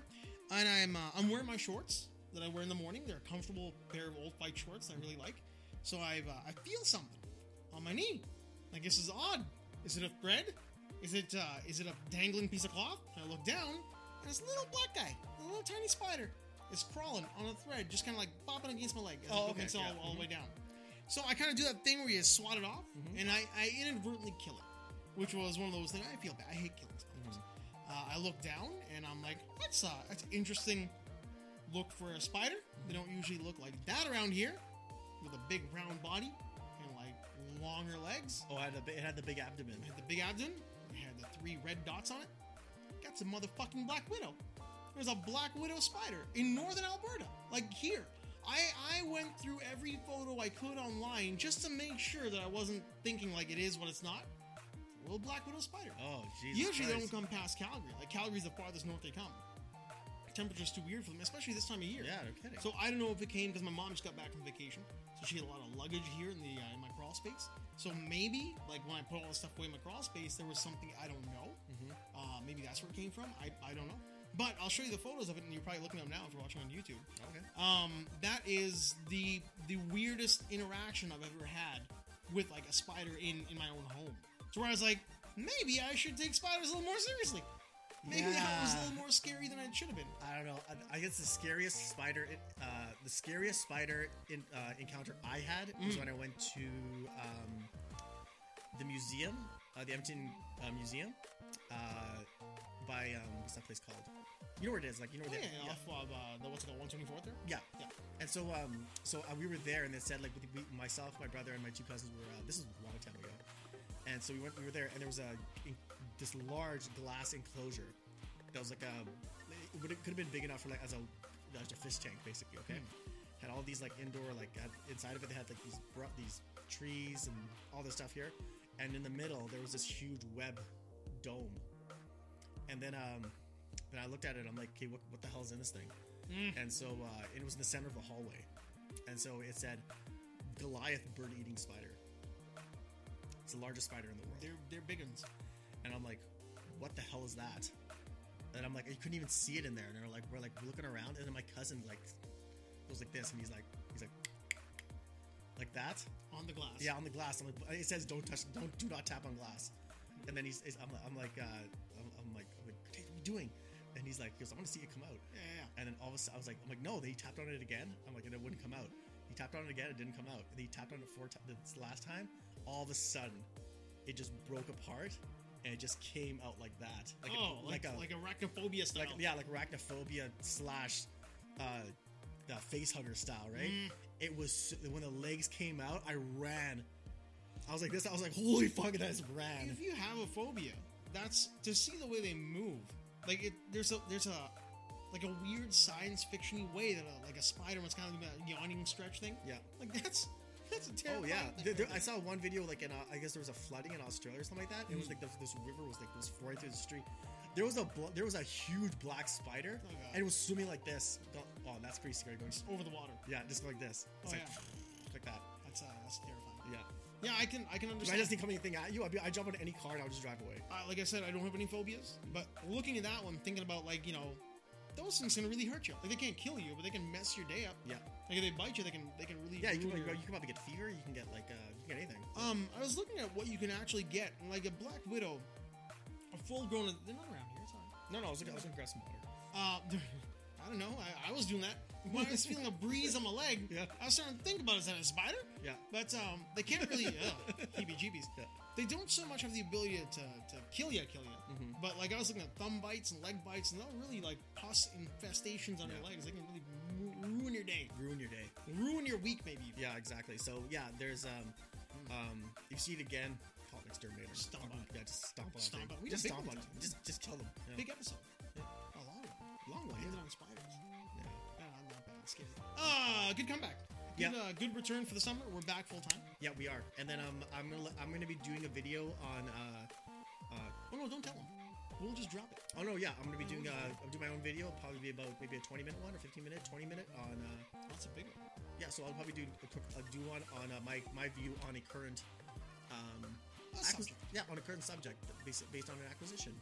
And I'm, uh, I'm wearing my shorts that I wear in the morning. They're a comfortable pair of old white shorts that I really like. So I've, uh, I feel something on my knee. Like this is odd. Is it a thread? Is it uh, is it a dangling piece of cloth? And I look down, and this little black guy, a little tiny spider, is crawling on a thread, just kind of like bopping against my leg as
Oh,
it
okay,
glints all,
yeah,
all the way down. So I kind of do that thing where you swat it off,
Mm-hmm.
and I, I inadvertently kill it, which was one of those things. I feel bad. I hate killing spiders. Uh, I look down, and I'm like, that's uh, that's an interesting. Look for a spider. They don't usually look like that around here, with a big round body and like longer legs.
Oh, it had, a, bi- it had the big abdomen.
It had the big abdomen. It had the three red dots on it. That's a motherfucking black widow. There's a black widow spider in northern Alberta, like here. I, I went through every photo I could online just to make sure that I wasn't thinking like it is what it's not. Little black widow spider.
Oh, Jesus.
Usually they
Christ.
don't come past Calgary. Like Calgary's the farthest north they come. Temperature's too weird for them, especially this time of year.
Yeah, no kidding.
So I don't know if it came because my mom just got back from vacation, so she had a lot of luggage here in the uh, in my crawl space. So maybe like when I put all the stuff away in my crawl space, there was something I don't know.
Mm-hmm.
Uh, maybe that's where it came from. I, I don't know. But I'll show you the photos of it, and you're probably looking at them now if you're watching on YouTube.
okay.
Um, that is the the weirdest interaction I've ever had with like a spider in in my own home. So where I was like, maybe I should take spiders a little more seriously. Maybe that was a
Yeah.
little more scary than it should have been.
I don't know. I, I guess the scariest spider, uh, the scariest spider in, uh, encounter I had
Mm.
was when I went to um, the museum, uh, the Edmonton uh, Museum, uh, by um, what's that place called? You know where it is, like you know
Oh,
where
yeah,
they-
off of uh, the what's it called, 124th there.
yeah.
Yeah.
And so, um, so uh, we were there, and they said like with we, myself, my brother, and my two cousins were. Uh, this is a long time ago, and so we went. We were there, and there was a in, this large glass enclosure that was like a. It would could have been big enough for like as a as a fish tank basically. Okay, had all these like indoor like had, inside of it they had like these bro- these trees and all this stuff here, and in the middle there was this huge web dome, and then um, and I looked at it. I'm like, okay, what what the hell is in this thing? And so uh, it was in the center of the hallway. And so it said Goliath bird eating spider. It's the largest spider in the world.
They're they're big ones.
And I'm like, what the hell is that? And I'm like, you couldn't even see it in there. And they're like, we're like looking around. And then my cousin like goes like this, and he's like, he's like, like that.
on the glass.
Yeah, on the glass. I'm like, it says don't touch, don't, do not tap on glass. And then he's, he's- I'm, I'm like, uh, I'm, I'm like, I'm like, what are you doing? And he's like, he goes, I want to see it come out.
Yeah, yeah, yeah.
And then all of a sudden, I was like, I'm like, no, they tapped on it again. I'm like, and it wouldn't come out. He tapped on it again, it didn't come out. And he tapped on it four times this last time. All of a sudden, it just broke apart and it just came out like that. Like, a-
oh, like like, arachnophobia style.
like yeah, like arachnophobia slash uh, the face hugger style, right?
Mm.
It was so- when the legs came out, I ran. I was like this. I was like, holy fuck, that is ran.
If you have a phobia, that's to see the way they move. Like it, there's a there's a like a weird science fictiony way that a, like a spider was kind of doing that yawning stretch thing.
Yeah.
Like that's That's a
Oh
terrifying
yeah,
thing.
There- there- I saw one video like in uh, I guess there was a flooding in Australia or something like that. It was like the, this river was like was pouring through the street. There was a bl- there was a huge black spider
Oh, God.
and it was swimming like this. Go- Oh, that's pretty scary. Going, s-
Over the water.
yeah, just like this. It's
Oh,
like like that.
That's uh, that's terrifying.
Yeah.
Yeah, I can I can
If I
understand.
just coming anything at you, I'd, be, I'd jump on any car and I'll just drive away.
uh, like I said, I don't have any phobias, but looking at that one, thinking about like you know, those things can really hurt you. Like they can't kill you, but they can mess your day up.
Yeah.
Like if they bite you, they can they can really
Yeah, you can,
ruin
like,
your-
you can probably get fever. You can get like uh, you can get anything.
Um, I was looking at what you can actually get, and like a black widow, a full grown. They're not around here. Sorry.
No, no, I was looking, I was gonna grab some water.
Uh, I don't know. I, I was doing that when I was feeling a breeze on my leg.
Yeah.
I was starting to think about is that a spider?
Yeah.
But um, they can't really ugh, heebie-jeebies.
Yeah.
They don't so much have the ability to, to kill you, kill you.
Mhm.
But like I was looking at thumb bites and leg bites, and they'll really like pus infestations on your
Yeah.
legs. They can really ru- ruin your day,
Ruin your day.
ruin your week, maybe. even.
Yeah, exactly. So yeah, there's um, um, if you see it again, call it an exterminator.
Hmm. Stomp
Fucking-
on it.
Yeah, just stomp on
Stomp on it.
it. dude.
We
Just
did big
stomp on
ones
it.
on it.
Just, just kill them. Yeah.
Big episode.
Yeah.
A long one.
Long one.
Hands
Yeah.
on spiders.
Yeah.
Uh, I'm not bad. It's scary. Uh, good comeback. Good,
Yeah.
uh, good return for the summer. We're back full time.
Yeah, we are. And then um, I'm gonna let- I'm gonna be doing a video on uh, uh,
Oh no, don't tell them. We'll just drop it.
oh no, yeah, I'm gonna be doing uh, I'll do my own video. It'll probably be about maybe a 20 minute one or 15 minute, 20 minute on uh,
That's a big one.
yeah. So I'll probably do a quick uh, do one on uh, my my view on a current um.
A
acquis-
subject.
yeah, on a current subject based, based on an acquisition.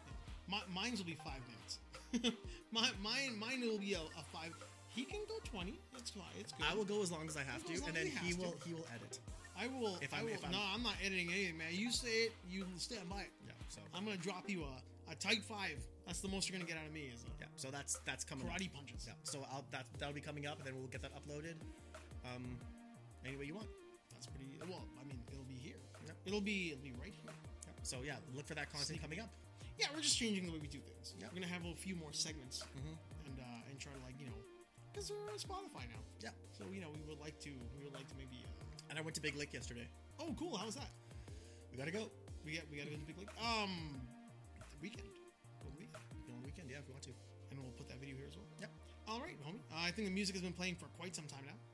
My, mine's will be five minutes. my, mine, mine will be a, a five. He can go twenty. That's fine. It's good.
I will go as long as I have
go
to,
as long
and
as
then
he
he
has to.
will he will edit.
I will.
If
I
I'm-
will-
if I'm-
no, I'm not editing anything, man. You say it. You stand by it.
Yeah. So
I'm gonna drop you a, a tight five. That's the most you're gonna get out of me. Is uh,
yeah. So that's that's coming. up.
karate punches.
Yeah. So I'll, that that'll be coming up, and then we'll get that uploaded. Um, any way you want.
That's pretty. Well, I mean, it'll be here.
Yep.
It'll be. It'll be right here.
Yeah. So yeah, look for that content
Sneak-
coming up.
Yeah, we're just changing the way we do things.
Yep.
We're gonna have a few more segments
Mhm.
and uh, and try to like you know, because we're on Spotify now.
Yeah.
So you know, we would like to. We would like to maybe. Uh,
And I went to Big Lake yesterday.
oh, cool. How was that?
We gotta go.
We got we got to go to the big league. Um, the weekend, What week?
You know, on the weekend. Yeah, if you want to.
and we'll put that video here as well.
Yep.
All right, homie. Uh, I think the music has been playing for quite some time now.